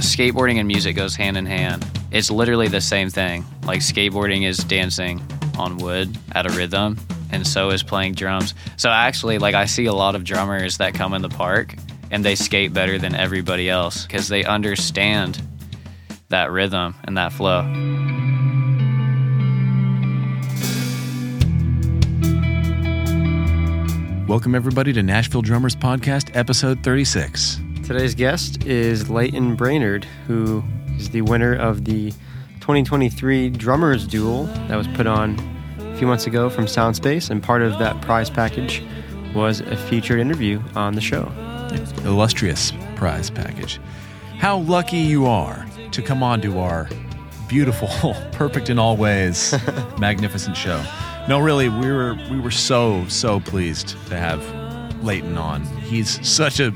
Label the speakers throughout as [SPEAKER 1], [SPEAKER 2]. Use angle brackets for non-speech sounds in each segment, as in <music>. [SPEAKER 1] skateboarding and music goes hand in hand. It's literally the same thing. Like skateboarding is dancing on wood at a rhythm, and so is playing drums. So actually, like I see a lot of drummers that come in the park and they skate better than everybody else because they understand that rhythm and that flow.
[SPEAKER 2] Welcome, everybody, to Nashville Drummers Podcast, episode 36.
[SPEAKER 3] Today's guest is Leighton Brainerd, who is the winner of the 2023 Drummers Duel that was put on a few months ago from Soundspace, and part of that prize package was a featured interview on the show.
[SPEAKER 2] Illustrious prize package. How lucky you are to come on to our beautiful, <laughs> perfect in all ways, magnificent show. No, really, we were we were so so pleased to have Leighton on. He's such a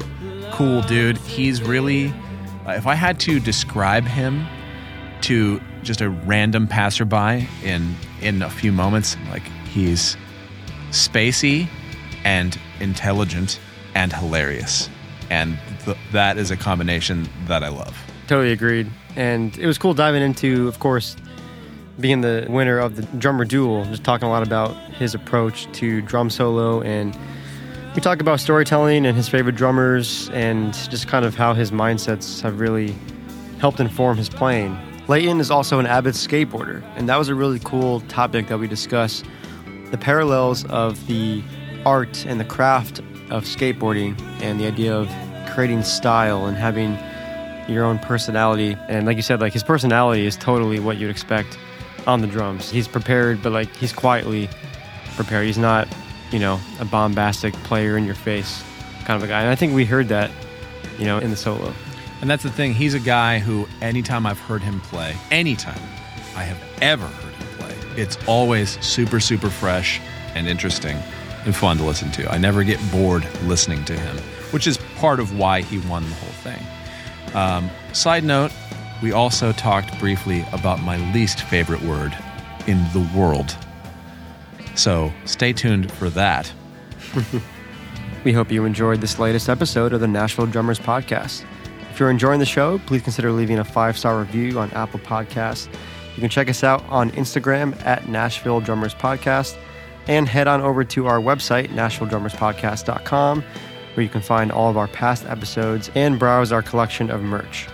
[SPEAKER 2] cool dude. He's really, uh, if I had to describe him to just a random passerby in in a few moments, like he's spacey and intelligent and hilarious, and th- that is a combination that I love.
[SPEAKER 3] Totally agreed. And it was cool diving into, of course, being the winner of the drummer duel, just talking a lot about his approach to drum solo. And we talk about storytelling and his favorite drummers and just kind of how his mindsets have really helped inform his playing. Layton is also an avid skateboarder, and that was a really cool topic that we discussed the parallels of the art and the craft of skateboarding and the idea of creating style and having your own personality. And like you said, like his personality is totally what you'd expect on the drums. He's prepared, but like he's quietly prepared. He's not, you know, a bombastic player in your face kind of a guy. And I think we heard that, you know, in the solo.
[SPEAKER 2] And that's the thing. He's a guy who, anytime I've heard him play, anytime I have ever heard him play, it's always super, super fresh and interesting and fun to listen to. I never get bored listening to him, which is part of why he won the whole thing. Um, side note, we also talked briefly about my least favorite word in the world. So stay tuned for that.
[SPEAKER 3] We hope you enjoyed this latest episode of the Nashville Drummers Podcast. If you're enjoying the show, please consider leaving a five star review on Apple Podcasts. You can check us out on Instagram at Nashville Drummers Podcast and head on over to our website, NashvilleDrummersPodcast.com, where you can find all of our past episodes and browse our collection of merch.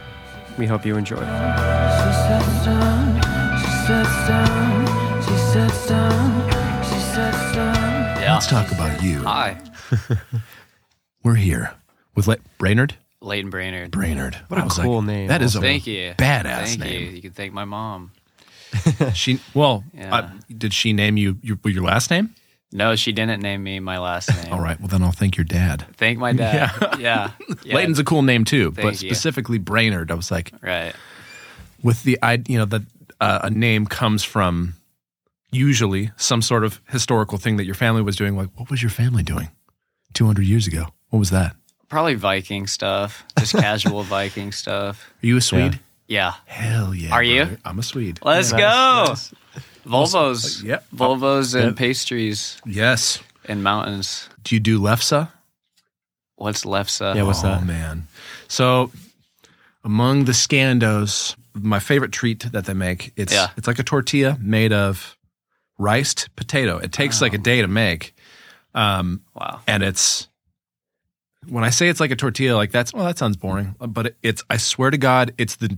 [SPEAKER 3] We hope you enjoy.
[SPEAKER 4] She sits down, she sits down, she sits down, she sits down.
[SPEAKER 1] Yeah.
[SPEAKER 2] Let's talk about you.
[SPEAKER 1] Hi,
[SPEAKER 2] We're here with Le- Brainerd.
[SPEAKER 1] Leighton Brainerd.
[SPEAKER 2] Brainerd.
[SPEAKER 3] What a
[SPEAKER 2] I was
[SPEAKER 3] cool
[SPEAKER 2] like,
[SPEAKER 3] name.
[SPEAKER 2] That is a
[SPEAKER 1] Thank you.
[SPEAKER 2] badass
[SPEAKER 1] Thank you.
[SPEAKER 2] name.
[SPEAKER 1] You can thank my mom.
[SPEAKER 2] <laughs> She well,
[SPEAKER 1] Yeah.
[SPEAKER 2] uh, did she name you your, your last name?
[SPEAKER 1] No, she didn't name me my last name.
[SPEAKER 2] <laughs> All right. Well, then I'll thank your dad.
[SPEAKER 1] Thank my
[SPEAKER 2] <laughs>
[SPEAKER 1] dad. Yeah. yeah.
[SPEAKER 2] Leighton's a cool name too, but
[SPEAKER 1] Thank you.
[SPEAKER 2] specifically Brainerd. I was like,
[SPEAKER 1] right.
[SPEAKER 2] with the I, you know, that uh, a name comes from usually some sort of historical thing that your family was doing. Like, what was your family doing 200 years ago? What was that?
[SPEAKER 1] Probably Viking stuff, just casual Viking stuff.
[SPEAKER 2] Are you a Swede?
[SPEAKER 1] Yeah.
[SPEAKER 2] Hell yeah.
[SPEAKER 1] Are you?
[SPEAKER 2] brother. I'm a Swede.
[SPEAKER 1] Let's
[SPEAKER 3] Nice,
[SPEAKER 1] go.
[SPEAKER 3] nice.
[SPEAKER 1] Volvos.
[SPEAKER 2] Uh, yep.
[SPEAKER 1] Volvos and
[SPEAKER 2] Yep.
[SPEAKER 1] pastries
[SPEAKER 2] Yes.
[SPEAKER 1] and mountains.
[SPEAKER 2] Do you do lefse?
[SPEAKER 1] What's lefse?
[SPEAKER 3] Yeah, what's
[SPEAKER 2] oh,
[SPEAKER 3] that?
[SPEAKER 2] man. So among the scandos, my favorite treat that they make, it's
[SPEAKER 1] Yeah.
[SPEAKER 2] it's like a tortilla made of riced potato. It takes like a day to make. Um,
[SPEAKER 1] Wow.
[SPEAKER 2] and it's when I say it's like a tortilla, like that's well, that sounds boring. But it, it's I swear to God, it's the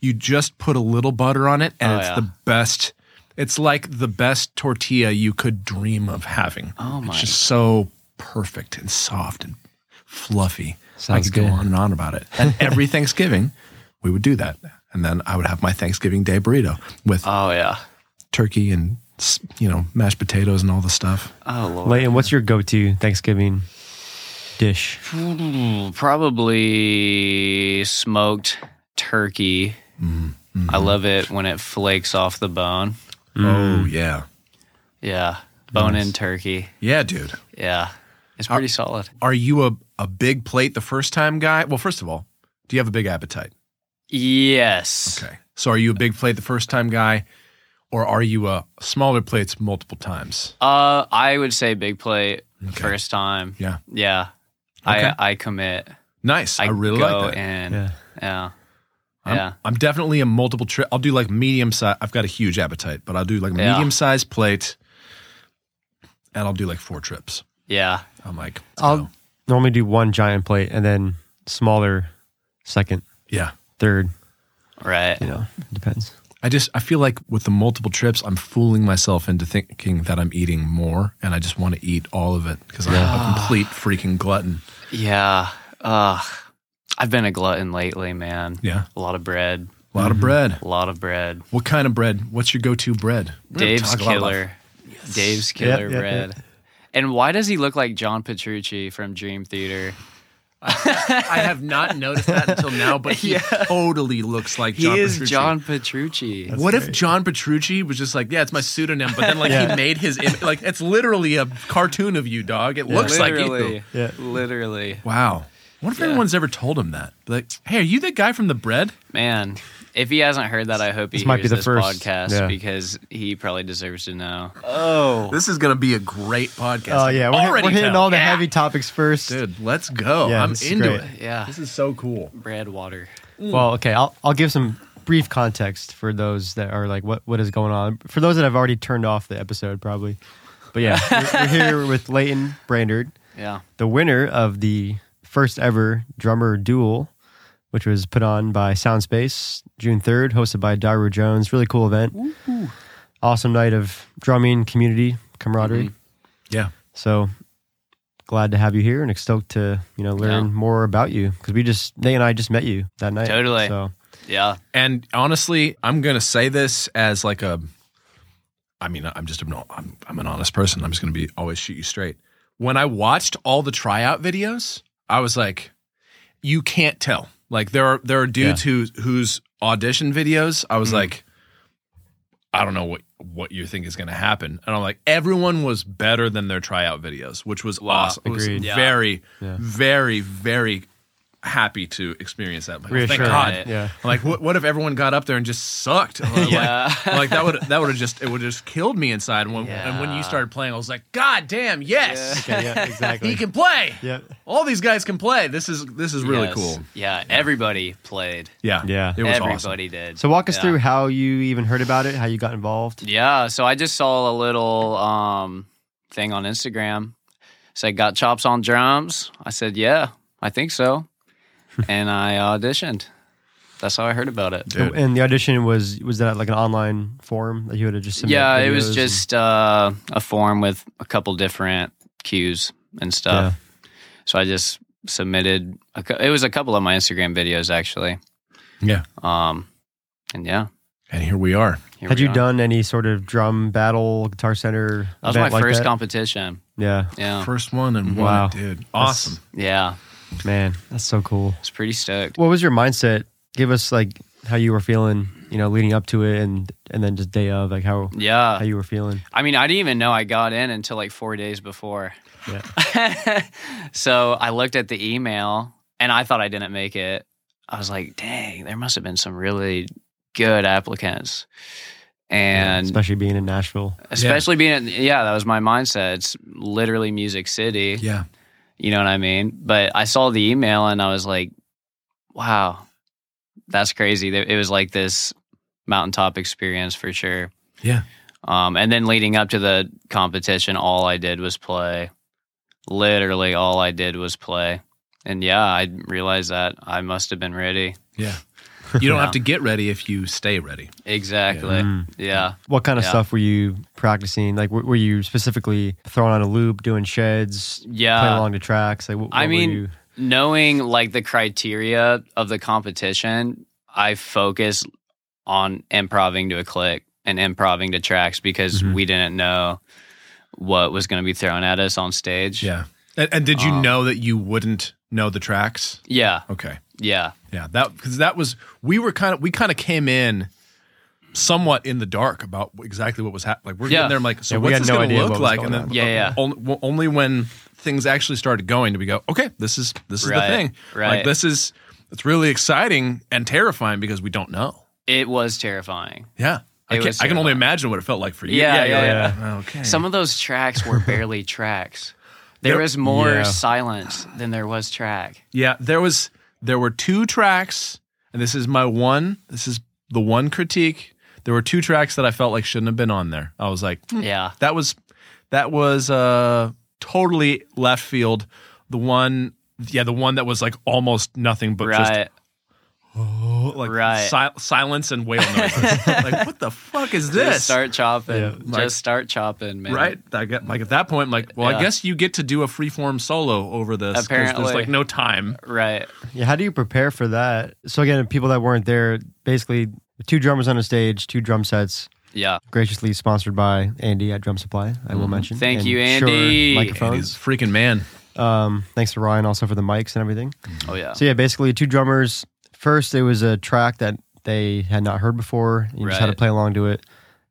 [SPEAKER 2] you just put a little butter on it and
[SPEAKER 1] Oh,
[SPEAKER 2] it's
[SPEAKER 1] yeah.
[SPEAKER 2] the best it's like the best tortilla you could dream of having.
[SPEAKER 1] Oh, my.
[SPEAKER 2] It's just so perfect and soft and fluffy.
[SPEAKER 3] Sounds
[SPEAKER 2] I could
[SPEAKER 3] good.
[SPEAKER 2] go on and on about it.
[SPEAKER 1] <laughs>
[SPEAKER 2] And every Thanksgiving, we would do that. And then I would have my Thanksgiving Day burrito with
[SPEAKER 1] Oh yeah.
[SPEAKER 2] turkey and s- you know mashed potatoes and all the stuff.
[SPEAKER 1] Oh lord.
[SPEAKER 3] Leighton, what's your go to Thanksgiving dish?
[SPEAKER 1] Mm, <sighs> Probably smoked turkey.
[SPEAKER 2] Mm-hmm.
[SPEAKER 1] I
[SPEAKER 2] Mm.
[SPEAKER 1] love mm. it when it flakes off the bone.
[SPEAKER 3] Mm.
[SPEAKER 2] Oh yeah,
[SPEAKER 1] Yeah. Bone in turkey.
[SPEAKER 2] yeah, dude.
[SPEAKER 1] Yeah. It's pretty solid.
[SPEAKER 2] Are you a a big plate the first time guy? Well, first of all, do you have a big appetite?
[SPEAKER 1] Yes.
[SPEAKER 2] Okay. So are you a big plate the first time guy, or are you a smaller plates multiple times?
[SPEAKER 1] Uh I would say big plate first time.
[SPEAKER 2] Yeah.
[SPEAKER 1] Yeah.
[SPEAKER 2] Okay.
[SPEAKER 1] I I commit.
[SPEAKER 2] Nice. I, really
[SPEAKER 1] go
[SPEAKER 2] like that.
[SPEAKER 1] in.
[SPEAKER 3] Yeah.
[SPEAKER 1] yeah.
[SPEAKER 2] I'm,
[SPEAKER 1] Yeah.
[SPEAKER 2] I'm definitely a multiple trip. I'll do like medium size. I've got a huge appetite, but I'll do like a
[SPEAKER 1] Yeah.
[SPEAKER 2] medium sized plate, and I'll do like four trips.
[SPEAKER 1] Yeah.
[SPEAKER 2] I'm like,
[SPEAKER 3] I'll
[SPEAKER 2] no.
[SPEAKER 3] normally do one giant plate and then smaller second,
[SPEAKER 2] yeah.
[SPEAKER 3] third.
[SPEAKER 1] Right.
[SPEAKER 3] You know, it depends.
[SPEAKER 2] I just I feel like with the multiple trips, I'm fooling myself into thinking that I'm eating more, and I just want to eat all of it because I'm a complete freaking glutton.
[SPEAKER 1] Yeah. Ugh. I've been a glutton lately, man.
[SPEAKER 2] Yeah.
[SPEAKER 1] A lot of bread.
[SPEAKER 2] A lot of bread.
[SPEAKER 1] A lot of bread.
[SPEAKER 2] What kind of bread? What's your go-to bread? We're gonna
[SPEAKER 1] Dave's
[SPEAKER 2] talk a lot about-
[SPEAKER 1] killer. Dave's killer
[SPEAKER 3] yeah,
[SPEAKER 1] bread. And why does he look like John Petrucci from Dream Theater?
[SPEAKER 2] <laughs> I have not noticed that until now,
[SPEAKER 1] <laughs>
[SPEAKER 2] but he totally looks like
[SPEAKER 1] He
[SPEAKER 2] John
[SPEAKER 1] is
[SPEAKER 2] Petrucci.
[SPEAKER 1] John Petrucci.
[SPEAKER 2] what if John Petrucci was just like, yeah, it's my pseudonym, but then like he
[SPEAKER 3] Yeah.
[SPEAKER 2] made his im- like it's literally a cartoon of you, dog. It looks like
[SPEAKER 1] literally,
[SPEAKER 2] you.
[SPEAKER 3] Yeah.
[SPEAKER 1] literally,
[SPEAKER 2] Wow. What if everyone's ever told him that? Like, hey, are you the guy from the bread?
[SPEAKER 1] man. If he hasn't heard that, I hope he
[SPEAKER 3] This
[SPEAKER 1] hears
[SPEAKER 3] might be the
[SPEAKER 1] this
[SPEAKER 3] first.
[SPEAKER 1] podcast
[SPEAKER 3] Yeah.
[SPEAKER 1] because he probably deserves to know.
[SPEAKER 2] This is gonna be a great podcast.
[SPEAKER 3] Oh yeah, we're, hit-
[SPEAKER 2] Oh. Already
[SPEAKER 3] we're hitting
[SPEAKER 2] tell.
[SPEAKER 3] all the
[SPEAKER 2] Yeah.
[SPEAKER 3] heavy topics first.
[SPEAKER 2] Dude, let's go.
[SPEAKER 3] Yeah,
[SPEAKER 2] I'm
[SPEAKER 3] this is
[SPEAKER 2] into
[SPEAKER 3] great.
[SPEAKER 2] it.
[SPEAKER 1] Yeah,
[SPEAKER 2] This is so cool.
[SPEAKER 1] bread water.
[SPEAKER 3] Well, okay, I'll I'll give some brief context for those that are like, what what is going on? For those that have already turned off the episode, probably. But
[SPEAKER 2] <laughs>
[SPEAKER 3] yeah, we're, we're here with Leighton Brandard,
[SPEAKER 1] Yeah,
[SPEAKER 3] the winner of the first ever drummer duel, which was put on by Soundspace June third, hosted by Daru Jones. Really cool event. Awesome night of drumming, community, camaraderie.
[SPEAKER 1] Mm-hmm.
[SPEAKER 2] Yeah.
[SPEAKER 3] So glad to have you here and stoked to you know learn
[SPEAKER 1] Yeah.
[SPEAKER 3] more about you because we just they and I just met you that night.
[SPEAKER 1] Totally.
[SPEAKER 3] So
[SPEAKER 1] yeah,
[SPEAKER 2] And honestly, I'm going to say this as like a I mean, I'm just i I'm I'm an honest person. I'm just going to be always shoot you straight. When I watched all the tryout videos, I was like you can't tell. Like there are there are dudes who whose audition videos I was
[SPEAKER 3] Mm-hmm.
[SPEAKER 2] like I don't know what what you think is going to happen. And I'm like everyone was better than their tryout videos, which was awesome. It was
[SPEAKER 3] Ah, Agreed.
[SPEAKER 1] Yeah.
[SPEAKER 2] very
[SPEAKER 3] Yeah.
[SPEAKER 2] very very happy to experience that. Like, thank
[SPEAKER 3] Reassuring.
[SPEAKER 2] God.
[SPEAKER 3] Yeah.
[SPEAKER 2] I'm Like what, what if everyone got up there and just
[SPEAKER 1] <laughs>
[SPEAKER 2] sucked? Like,
[SPEAKER 1] Yeah.
[SPEAKER 2] like that would that would have just it would have just killed me inside. And when, and when you
[SPEAKER 1] Yeah.
[SPEAKER 2] started playing, I was like, God damn, yes,
[SPEAKER 3] Okay, yeah, exactly.
[SPEAKER 2] he can play.
[SPEAKER 3] Yeah.
[SPEAKER 2] All these guys can play. This is this is really
[SPEAKER 1] Yes.
[SPEAKER 2] cool.
[SPEAKER 1] Yeah, everybody played.
[SPEAKER 2] Yeah,
[SPEAKER 3] Yeah.
[SPEAKER 2] It was
[SPEAKER 1] everybody
[SPEAKER 2] awesome.
[SPEAKER 1] did.
[SPEAKER 3] So walk us
[SPEAKER 1] Yeah.
[SPEAKER 3] through how you even heard about it, how you got involved.
[SPEAKER 1] Yeah, so I just saw a little um, thing on Instagram. Said got chops on drums. I said, yeah, I think
[SPEAKER 3] <laughs>
[SPEAKER 1] so, and I auditioned. That's how I heard about it.
[SPEAKER 2] Dude.
[SPEAKER 3] And the audition was was that like an online form that you had to just submit
[SPEAKER 1] yeah, it was
[SPEAKER 3] videos
[SPEAKER 1] just uh, a form with a couple different cues and stuff. So I just submitted. A, cou- it was a couple of my Instagram videos actually.
[SPEAKER 2] Yeah.
[SPEAKER 1] Um, and yeah,
[SPEAKER 2] And here we are.
[SPEAKER 1] here
[SPEAKER 3] and- had
[SPEAKER 1] we
[SPEAKER 3] you
[SPEAKER 1] are.
[SPEAKER 3] done any sort of drum battle, guitar center?
[SPEAKER 1] That was my
[SPEAKER 3] event like
[SPEAKER 1] first
[SPEAKER 3] that?
[SPEAKER 1] competition.
[SPEAKER 3] Yeah,
[SPEAKER 1] Yeah,
[SPEAKER 2] First one and one,
[SPEAKER 3] Wow.
[SPEAKER 2] dude. Awesome.
[SPEAKER 1] yeah,
[SPEAKER 3] man, that's so cool.
[SPEAKER 1] it's pretty stoked.
[SPEAKER 3] What was your mindset? Give us like how you were feeling, you know, leading up to it, and and then just day of, like how
[SPEAKER 1] Yeah,
[SPEAKER 3] how you were feeling.
[SPEAKER 1] I mean, I didn't even know I got in until like four days before.
[SPEAKER 3] Yeah.
[SPEAKER 1] <laughs> so I looked at the email and I thought I didn't make it. I was like, dang, there must have been some really good applicants. And
[SPEAKER 3] especially being
[SPEAKER 1] <laughs>
[SPEAKER 3] in Nashville,
[SPEAKER 1] especially being, yeah, that was my mindset. It's literally Music City.
[SPEAKER 2] Yeah.
[SPEAKER 1] You know what I mean? But I saw the email and I was like, wow, that's crazy. There- It was like this mountaintop experience for sure.
[SPEAKER 2] Yeah.
[SPEAKER 1] Um, and then leading up to the competition, all I did was play. Literally, all I did was play. And yeah, I realized that I must have been ready.
[SPEAKER 2] Yeah. You don't
[SPEAKER 1] Yeah.
[SPEAKER 2] have to get ready if you stay ready.
[SPEAKER 1] Exactly. Yeah.
[SPEAKER 3] Mm. What kind of
[SPEAKER 1] Yeah.
[SPEAKER 3] stuff were you practicing? Like, were, were you specifically throwing on a loop, doing sheds,
[SPEAKER 1] Yeah.
[SPEAKER 3] playing along the tracks? Like, wh- what,
[SPEAKER 1] Uh, I mean,
[SPEAKER 3] were you,
[SPEAKER 1] knowing like the criteria of the competition, I focus on improving to a click and improving to tracks because
[SPEAKER 3] Mhm.
[SPEAKER 1] we didn't know what was going to be thrown at us on stage.
[SPEAKER 2] Yeah. And, and did you
[SPEAKER 1] Um,
[SPEAKER 2] know that you wouldn't know the tracks?
[SPEAKER 1] Yeah.
[SPEAKER 2] Okay.
[SPEAKER 1] Yeah.
[SPEAKER 2] Yeah, that because that was we were kind of we kind of came in somewhat in the dark about exactly what was happening. Like we're
[SPEAKER 1] Yeah.
[SPEAKER 2] getting there, I'm like, so
[SPEAKER 3] Yeah, we
[SPEAKER 2] what's
[SPEAKER 3] had
[SPEAKER 2] this
[SPEAKER 3] no
[SPEAKER 2] going
[SPEAKER 3] idea
[SPEAKER 2] to look
[SPEAKER 3] what was
[SPEAKER 2] like?
[SPEAKER 3] going
[SPEAKER 2] and then
[SPEAKER 3] on.
[SPEAKER 1] Yeah, yeah.
[SPEAKER 2] on- well, only when things actually started going did we go, okay, this is this is
[SPEAKER 1] Right,
[SPEAKER 2] the thing. Like
[SPEAKER 1] right.
[SPEAKER 2] this is it's really exciting and terrifying because we don't know.
[SPEAKER 1] It was terrifying.
[SPEAKER 2] Yeah, I,
[SPEAKER 1] It
[SPEAKER 2] can,
[SPEAKER 1] was
[SPEAKER 2] I can only
[SPEAKER 1] terrifying.
[SPEAKER 2] imagine what it felt like for you.
[SPEAKER 1] Yeah, yeah,
[SPEAKER 2] you're
[SPEAKER 3] yeah.
[SPEAKER 2] like, Okay.
[SPEAKER 1] Some of those tracks were barely tracks. There was more
[SPEAKER 3] Yeah.
[SPEAKER 1] silence than there was track.
[SPEAKER 2] yeah, there was there were two tracks. And this is my one, this is the one critique. There were two tracks that I felt like shouldn't have been on there. I was like, hmm,
[SPEAKER 1] Yeah.
[SPEAKER 2] that was that was uh totally left field. The one yeah, the one that was like almost nothing but
[SPEAKER 1] Right.
[SPEAKER 2] just like
[SPEAKER 1] right.
[SPEAKER 2] si- silence and whale noises. <laughs> like what the
[SPEAKER 1] <laughs>
[SPEAKER 2] fuck is this?
[SPEAKER 1] Just start chopping.
[SPEAKER 2] like-
[SPEAKER 1] just start chopping, man.
[SPEAKER 2] Right, I get, like at that point, I'm like, well, I
[SPEAKER 1] Yeah.
[SPEAKER 2] guess you get to do a freeform solo over this. 'cause there's
[SPEAKER 1] Apparently.
[SPEAKER 2] like no time.
[SPEAKER 1] Right.
[SPEAKER 3] Yeah, how do you prepare for that? So again, people that weren't there, basically two drummers on a stage, two drum sets,
[SPEAKER 1] Yeah.
[SPEAKER 3] graciously sponsored by Andy at Drum Supply. I will mention.
[SPEAKER 1] Mm-hmm. Thank
[SPEAKER 3] And
[SPEAKER 1] you,
[SPEAKER 3] Shure
[SPEAKER 1] Andy.
[SPEAKER 2] He's a
[SPEAKER 3] microphones.
[SPEAKER 2] freaking man.
[SPEAKER 3] Um, thanks to Ryan also for the mics and everything.
[SPEAKER 1] Oh yeah.
[SPEAKER 3] So yeah, basically two drummers. First, it was a track that they had not heard before. You just had to
[SPEAKER 1] Right.
[SPEAKER 3] play along to it,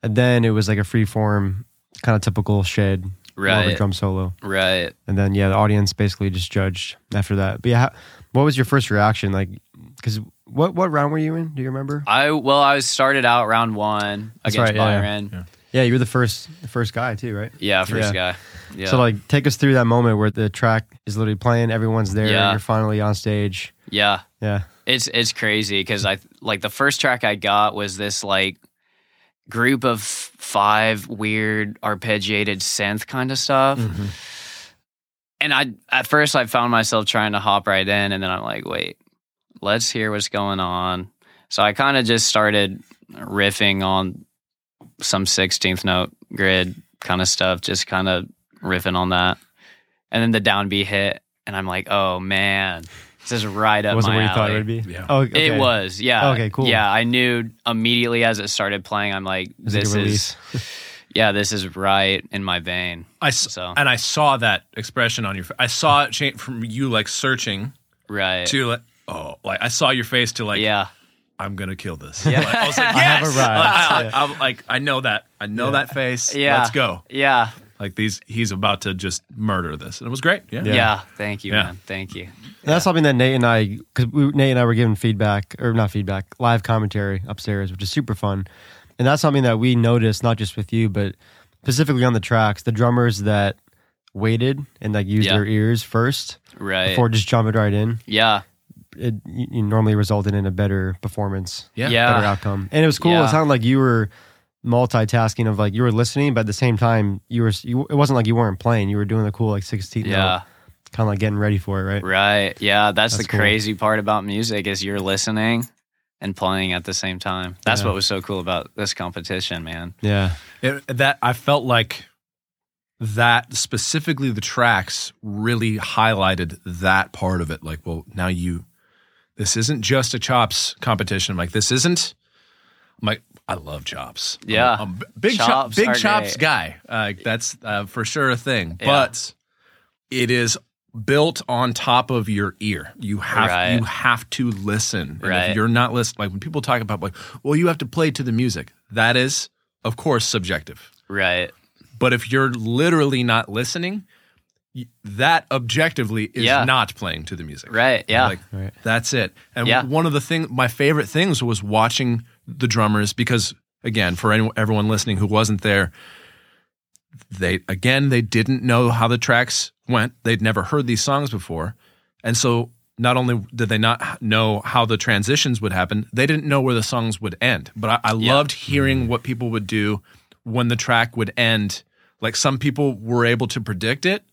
[SPEAKER 3] and then it was like a free form, kind of typical shed, more of a
[SPEAKER 1] Right.
[SPEAKER 3] drum solo.
[SPEAKER 1] Right.
[SPEAKER 3] And then yeah, the audience basically just judged after that. But yeah, how, what was your first reaction? Like, because what what round were you in? Do you remember?
[SPEAKER 1] I well, I started out round one against
[SPEAKER 3] right, yeah.
[SPEAKER 1] Byron. Yeah,
[SPEAKER 3] Yeah, you were the first the first guy too, right?
[SPEAKER 1] first guy. Yeah.
[SPEAKER 3] So like, take us through that moment where the track is literally playing, everyone's there,
[SPEAKER 1] Yeah.
[SPEAKER 3] you're finally on stage.
[SPEAKER 1] yeah.
[SPEAKER 3] Yeah,
[SPEAKER 1] It's it's crazy because I like the first track I got was this like group of five weird arpeggiated synth kind of stuff. And I at first I found myself trying to hop right in and then I'm like, wait, let's hear what's going on. So I kind of just started riffing on some 16th note grid kind of stuff, just kind of riffing on that. And then the downbeat hit and I'm like, oh man, this is right up
[SPEAKER 3] wasn't
[SPEAKER 1] my
[SPEAKER 3] what you thought
[SPEAKER 1] alley.
[SPEAKER 3] it would be.
[SPEAKER 2] Yeah.
[SPEAKER 3] Oh, okay.
[SPEAKER 1] It was, yeah.
[SPEAKER 3] Okay, cool.
[SPEAKER 1] Yeah, I knew immediately as it started playing, I'm like,
[SPEAKER 3] It's like a
[SPEAKER 1] this is, <laughs> yeah, this is right in my vein.
[SPEAKER 2] I s-
[SPEAKER 1] So.
[SPEAKER 2] and I saw that expression on your. fa- I saw it change from you like searching
[SPEAKER 1] Right.
[SPEAKER 2] to like oh like I saw your face to like
[SPEAKER 1] yeah.
[SPEAKER 2] I'm gonna kill this. Yeah. I was like yes.
[SPEAKER 3] have arrived.
[SPEAKER 2] I, I, am like I know that I know that face.
[SPEAKER 1] Yeah.
[SPEAKER 2] let's go.
[SPEAKER 1] Yeah.
[SPEAKER 2] Like these he's about to just murder this and it was great. Yeah.
[SPEAKER 1] Yeah. Thank you,
[SPEAKER 2] Yeah.
[SPEAKER 1] man. Thank you.
[SPEAKER 3] And That's something that Nate and I, because Nate and I were giving feedback or not feedback, live commentary upstairs, which is super fun. And that's something that we noticed, not just with you, but specifically on the tracks, the drummers that waited and like used
[SPEAKER 1] Yeah.
[SPEAKER 3] their ears first
[SPEAKER 1] Right.
[SPEAKER 3] before just jumping right in,
[SPEAKER 1] yeah.
[SPEAKER 3] it you you normally resulted in a better performance,
[SPEAKER 2] Yeah.
[SPEAKER 1] Yeah.
[SPEAKER 3] better outcome. And it was cool.
[SPEAKER 1] Yeah.
[SPEAKER 3] It sounded like you were multitasking of like you were listening, but at the same time you were you, it wasn't like you weren't playing. You were doing the cool like sixteen,
[SPEAKER 1] Yeah.
[SPEAKER 3] kind of like getting ready for it, right?
[SPEAKER 1] Right. Yeah. That's,
[SPEAKER 3] That's
[SPEAKER 1] the
[SPEAKER 3] cool.
[SPEAKER 1] crazy part about music is you're listening and playing at the same time. That's
[SPEAKER 3] Yeah.
[SPEAKER 1] what was so cool about this competition, man.
[SPEAKER 3] Yeah,
[SPEAKER 2] It, that I felt like that specifically the tracks really highlighted that part of it. Like, well, now you, this isn't just a chops competition. I'm like, this isn't. I'm like, I love chops. I'm-
[SPEAKER 1] Yeah.
[SPEAKER 2] I'm, a big chops,
[SPEAKER 1] Chops
[SPEAKER 2] big
[SPEAKER 1] are
[SPEAKER 2] chops
[SPEAKER 1] great.
[SPEAKER 2] guy. Uh, that's uh, for sure a thing.
[SPEAKER 1] Yeah.
[SPEAKER 2] But it is built on top of your ear. You have
[SPEAKER 1] Right.
[SPEAKER 2] you have to listen. And
[SPEAKER 1] Right.
[SPEAKER 2] If you're not listening, like when people talk about like, well, you have to play to the music. That is, of course, subjective.
[SPEAKER 1] Right.
[SPEAKER 2] But if you're literally not listening, y- that objectively is
[SPEAKER 1] Yeah.
[SPEAKER 2] not playing to the music.
[SPEAKER 1] Right. Yeah.
[SPEAKER 2] Like,
[SPEAKER 3] Right.
[SPEAKER 2] That's it. And
[SPEAKER 1] Yeah.
[SPEAKER 2] one of the thing, my favorite things was watching the drummers because, again, for anyone, everyone listening who wasn't there, they again they didn't know how the tracks went. They'd never heard these songs before, and so not only did they not h- know how the transitions would happen, they didn't know where the songs would end. But I, I loved hearing what people would do when the track would end. Like some people were able to predict it,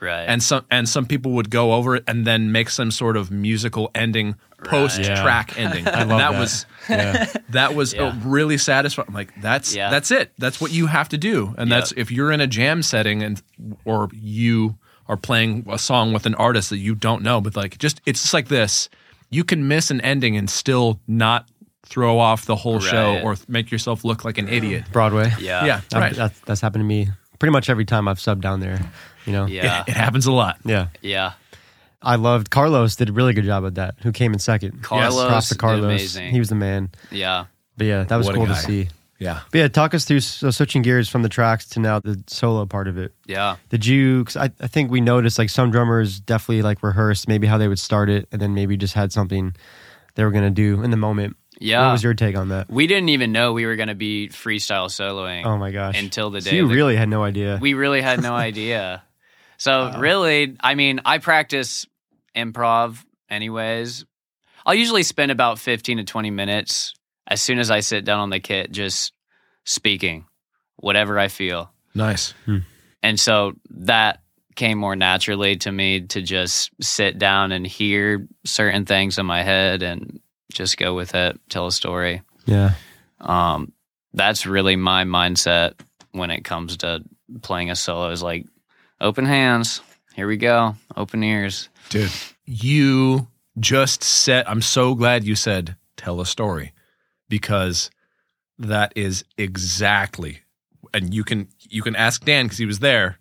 [SPEAKER 1] right.
[SPEAKER 2] and some and some people would go over it and then make some sort of musical ending post track ending. I
[SPEAKER 5] love that.
[SPEAKER 2] was
[SPEAKER 5] Yeah.
[SPEAKER 2] <laughs> that was
[SPEAKER 1] Yeah.
[SPEAKER 2] a really satisfying. I'm like that's
[SPEAKER 1] Yeah.
[SPEAKER 2] that's it. That's what you have to do. And
[SPEAKER 1] Yeah.
[SPEAKER 2] that's if you're in a jam setting and or you are playing a song with an artist that you don't know, but like just it's just like this. You can miss an ending and still not throw off the whole show
[SPEAKER 1] Right.
[SPEAKER 2] or th- make yourself look like an idiot.
[SPEAKER 3] Broadway.
[SPEAKER 1] yeah.
[SPEAKER 2] yeah,
[SPEAKER 3] I've-
[SPEAKER 2] right.
[SPEAKER 3] Um, That's, that's happened to me pretty much every time I've subbed down there. You know.
[SPEAKER 1] Yeah.
[SPEAKER 2] It happens a lot.
[SPEAKER 3] Yeah.
[SPEAKER 1] Yeah.
[SPEAKER 3] I loved Carlos. Did a really good job at that. Who came in second?
[SPEAKER 1] Carlos
[SPEAKER 3] Props to
[SPEAKER 1] did
[SPEAKER 3] Carlos.
[SPEAKER 1] amazing.
[SPEAKER 3] He was the man.
[SPEAKER 1] Yeah.
[SPEAKER 3] But yeah, that was
[SPEAKER 2] What a
[SPEAKER 3] cool to
[SPEAKER 2] guy.
[SPEAKER 3] see.
[SPEAKER 2] Yeah.
[SPEAKER 3] But yeah, talk us through so switching gears from the tracks to now the solo part of it.
[SPEAKER 1] Yeah.
[SPEAKER 3] Did you? Cause I I think we noticed like some drummers definitely like rehearsed maybe how they would start it and then maybe just had something they were gonna do in the moment.
[SPEAKER 1] Yeah.
[SPEAKER 3] What was your take on that?
[SPEAKER 1] we didn't even know we were going to be freestyle soloing.
[SPEAKER 3] Oh my gosh.
[SPEAKER 1] Until the
[SPEAKER 3] So
[SPEAKER 1] day
[SPEAKER 3] you
[SPEAKER 1] of the-
[SPEAKER 3] really had no
[SPEAKER 1] <laughs>
[SPEAKER 3] idea.
[SPEAKER 1] we really had no idea. So really, I mean, I practice improv anyways. I'll usually spend about 15 to 20 minutes as soon as I sit down on the kit just speaking whatever I feel.
[SPEAKER 2] Nice.
[SPEAKER 1] And so that came more naturally to me to just sit down and hear certain things in my head and just go with it, tell a story.
[SPEAKER 3] Yeah.
[SPEAKER 1] Um, that's really my mindset when it comes to playing a solo is like open hands. Here we go. Open ears.
[SPEAKER 2] Dude, you just said, I'm so glad you said tell a story because that is exactly, and you can, you can ask Dan because he was there.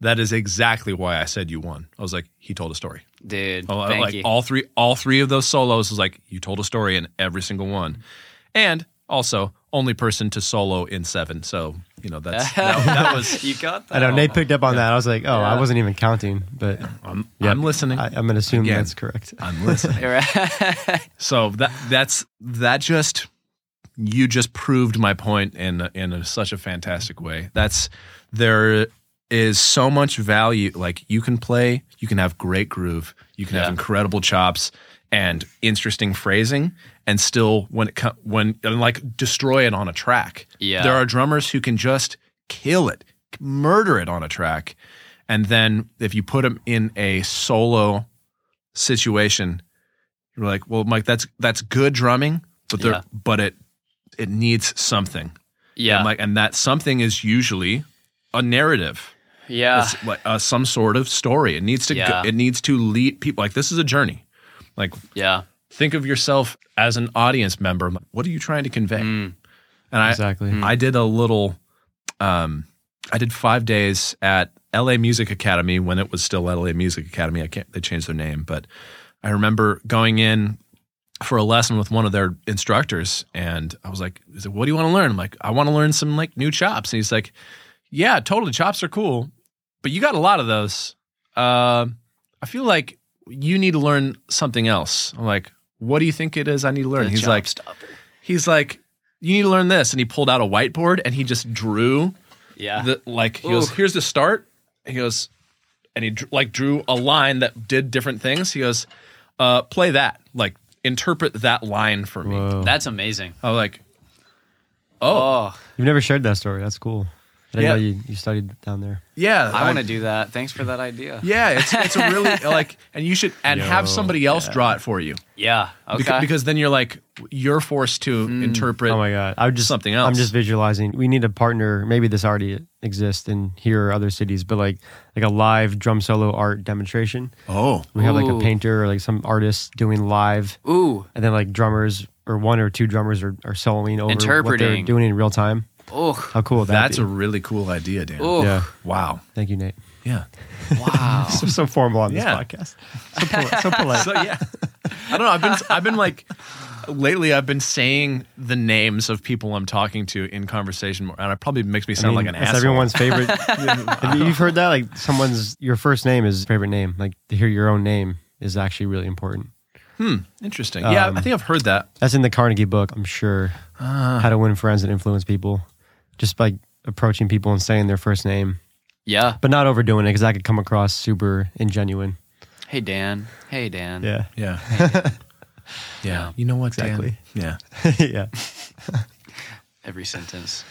[SPEAKER 2] That is exactly why I said you won. I was like, he told a story.
[SPEAKER 1] Dude,
[SPEAKER 2] Oh,
[SPEAKER 1] thank
[SPEAKER 2] like
[SPEAKER 1] you. <laughs>
[SPEAKER 2] all three, all three of those solos was like you told a story in every single one, and also only person to solo in seven. So you
[SPEAKER 1] <laughs>
[SPEAKER 2] know that's that, that was.
[SPEAKER 1] you got that.
[SPEAKER 3] I know Nate picked up on that. I was like, oh,
[SPEAKER 1] Yeah.
[SPEAKER 3] I wasn't even counting, but
[SPEAKER 2] I'm,
[SPEAKER 3] Yeah.
[SPEAKER 2] I'm listening.
[SPEAKER 3] I, I'm gonna assume
[SPEAKER 2] Again.
[SPEAKER 3] that's correct.
[SPEAKER 1] <laughs>
[SPEAKER 2] I'm listening.
[SPEAKER 1] Right.
[SPEAKER 2] So that that's that just you just proved my point in in such a fantastic way. That's there is so much value. Like you can play, you can have great groove, you can
[SPEAKER 1] Yeah.
[SPEAKER 2] have incredible chops and interesting phrasing, and still when it co- when and like destroy it on a track.
[SPEAKER 1] Yeah.
[SPEAKER 2] there are drummers who can just kill it, murder it on a track, and then if you put them in a solo situation, you're like, well, Mike, that's that's good drumming, but there,
[SPEAKER 1] Yeah.
[SPEAKER 2] but it it needs something.
[SPEAKER 1] yeah.
[SPEAKER 2] And like, and that something is usually a narrative,
[SPEAKER 1] yeah.
[SPEAKER 2] It's like uh, some sort of story. It needs to
[SPEAKER 1] Yeah.
[SPEAKER 2] go, it needs to lead people. Like this is a journey. Like
[SPEAKER 1] Yeah.
[SPEAKER 2] think of yourself as an audience member. What are you trying to convey?
[SPEAKER 1] Mm.
[SPEAKER 2] And I Mm.
[SPEAKER 3] Exactly.
[SPEAKER 2] I did a little. Um, I did five days at LA Music Academy when it was still LA Music Academy. I can't. They changed their name, but I remember going in for a lesson with one of their instructors, and I was like, "Is it what do you want to learn?" I'm like, "I want to learn some like new chops," and he's like, "Yeah, totally. Chops are cool, but you got a lot of those. Uh, I feel like you need to learn something else." I'm like, "What do you think it is I need to learn?"
[SPEAKER 1] The
[SPEAKER 2] he's
[SPEAKER 1] job
[SPEAKER 2] like,
[SPEAKER 1] stopper.
[SPEAKER 2] he's like, you need to learn this. And he pulled out a whiteboard and he just drew
[SPEAKER 1] Yeah.
[SPEAKER 2] the like he goes,
[SPEAKER 1] Ooh.
[SPEAKER 2] here's the start. He goes, and he dr- like drew a line that did different things. He goes, uh, play that. Like interpret that line for me.
[SPEAKER 3] Whoa.
[SPEAKER 1] That's amazing.
[SPEAKER 2] I was like,
[SPEAKER 1] Oh,
[SPEAKER 3] You've never shared that story. That's cool. I didn't
[SPEAKER 2] Yeah.
[SPEAKER 3] know you, you studied down there.
[SPEAKER 2] yeah,
[SPEAKER 1] I want to do that. Thanks for that idea.
[SPEAKER 2] Yeah, it's it's
[SPEAKER 1] <laughs>
[SPEAKER 2] a really like, and you should and have
[SPEAKER 3] Yo,
[SPEAKER 2] somebody else draw it for you
[SPEAKER 1] Yeah. Okay. Hmm.
[SPEAKER 2] Beca- because then you're like you're forced to interpret.
[SPEAKER 3] Oh my god! I would just
[SPEAKER 2] Something else.
[SPEAKER 3] I'm just visualizing. We need a partner. Maybe this already exists in here or other cities, but like like a live drum solo art demonstration.
[SPEAKER 2] Oh,
[SPEAKER 3] We have like
[SPEAKER 1] Ooh.
[SPEAKER 3] a painter or like some artist doing live,
[SPEAKER 1] Ooh.
[SPEAKER 3] and then like drummers or one or two drummers are, are soloing over what they're
[SPEAKER 1] Interpreting.
[SPEAKER 3] doing in real time.
[SPEAKER 1] Oh.
[SPEAKER 3] How cool would that
[SPEAKER 2] that's a
[SPEAKER 3] be?
[SPEAKER 2] really cool idea, Dan.
[SPEAKER 1] Oh.
[SPEAKER 3] yeah.
[SPEAKER 2] Wow.
[SPEAKER 3] Thank you, Nate. <laughs>
[SPEAKER 2] Yeah.
[SPEAKER 1] Wow.
[SPEAKER 3] So, so formal on this
[SPEAKER 2] Yeah.
[SPEAKER 3] podcast. So, poli- so polite.
[SPEAKER 2] So yeah, I don't know. I've been I've been like lately. I've been saying the names of people I'm talking to in conversation, more, and it probably makes me
[SPEAKER 3] I
[SPEAKER 2] sound
[SPEAKER 3] mean,
[SPEAKER 2] like an
[SPEAKER 3] it's
[SPEAKER 2] asshole. <laughs>
[SPEAKER 3] everyone's favorite. Have you- you've heard that like someone's your first name is favorite name. Like to hear your own name is actually really important.
[SPEAKER 2] Interesting. Yeah,
[SPEAKER 3] Um,
[SPEAKER 2] I think I've heard that.
[SPEAKER 3] That's in the Carnegie book, I'm sure.
[SPEAKER 2] Ah.
[SPEAKER 3] How to win friends and influence people, just by approaching people and saying their first name,
[SPEAKER 1] Yeah.
[SPEAKER 3] but not overdoing it because that could come across super ingenuine.
[SPEAKER 1] Hey Dan. Hey Dan.
[SPEAKER 3] Yeah,
[SPEAKER 2] Yeah.
[SPEAKER 1] Yeah.
[SPEAKER 2] yeah. You know what? Dan?
[SPEAKER 3] Exactly.
[SPEAKER 2] Yeah.
[SPEAKER 3] <laughs> yeah.
[SPEAKER 1] Every sentence.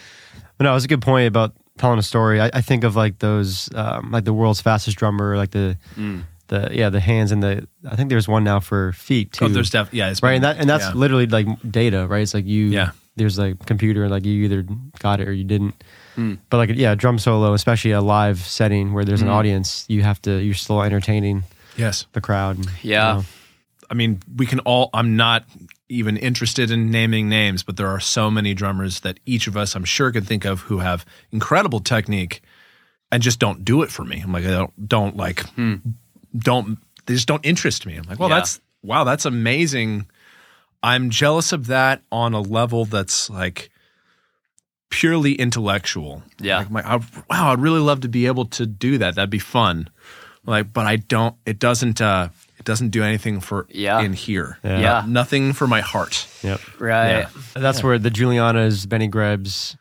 [SPEAKER 3] But no, it was a good point about telling a story. I, I think of like those, um, like the world's fastest drummer, like the,
[SPEAKER 2] Mm.
[SPEAKER 3] the yeah, the hands and the. I think there's one now for feet too.
[SPEAKER 2] Oh, there's def- yeah. It's
[SPEAKER 3] right, and that and that's
[SPEAKER 2] yeah.
[SPEAKER 3] literally like data, right? It's like you.
[SPEAKER 2] Yeah.
[SPEAKER 3] There's like computer, and like you either got it or you didn't.
[SPEAKER 2] Hmm.
[SPEAKER 3] But like yeah, drum solo, especially a live setting where there's an audience, you have to you're still entertaining
[SPEAKER 2] yes.
[SPEAKER 3] the crowd. and, you
[SPEAKER 1] Yeah.
[SPEAKER 3] know.
[SPEAKER 2] I mean, we can all. I'm not even interested in naming names, but there are so many drummers that each of us, I'm sure, can think of who have incredible technique and just don't do it for me. I'm like, I don't, don't like, don't. They just don't interest me. I'm like, well,
[SPEAKER 1] Hmm. Yeah.
[SPEAKER 2] that's wow, that's amazing. I'm jealous of that on a level that's like purely intellectual.
[SPEAKER 1] Yeah.
[SPEAKER 2] Like my, I, wow, I'd really love to be able to do that. That'd be fun. Like, but I don't. It doesn't. uh It doesn't do anything for
[SPEAKER 1] Yeah.
[SPEAKER 2] in here.
[SPEAKER 3] Yeah.
[SPEAKER 1] Yeah.
[SPEAKER 2] No- nothing for my heart.
[SPEAKER 3] Yep.
[SPEAKER 1] Right.
[SPEAKER 3] That's where the Julianas, Benny Grebs,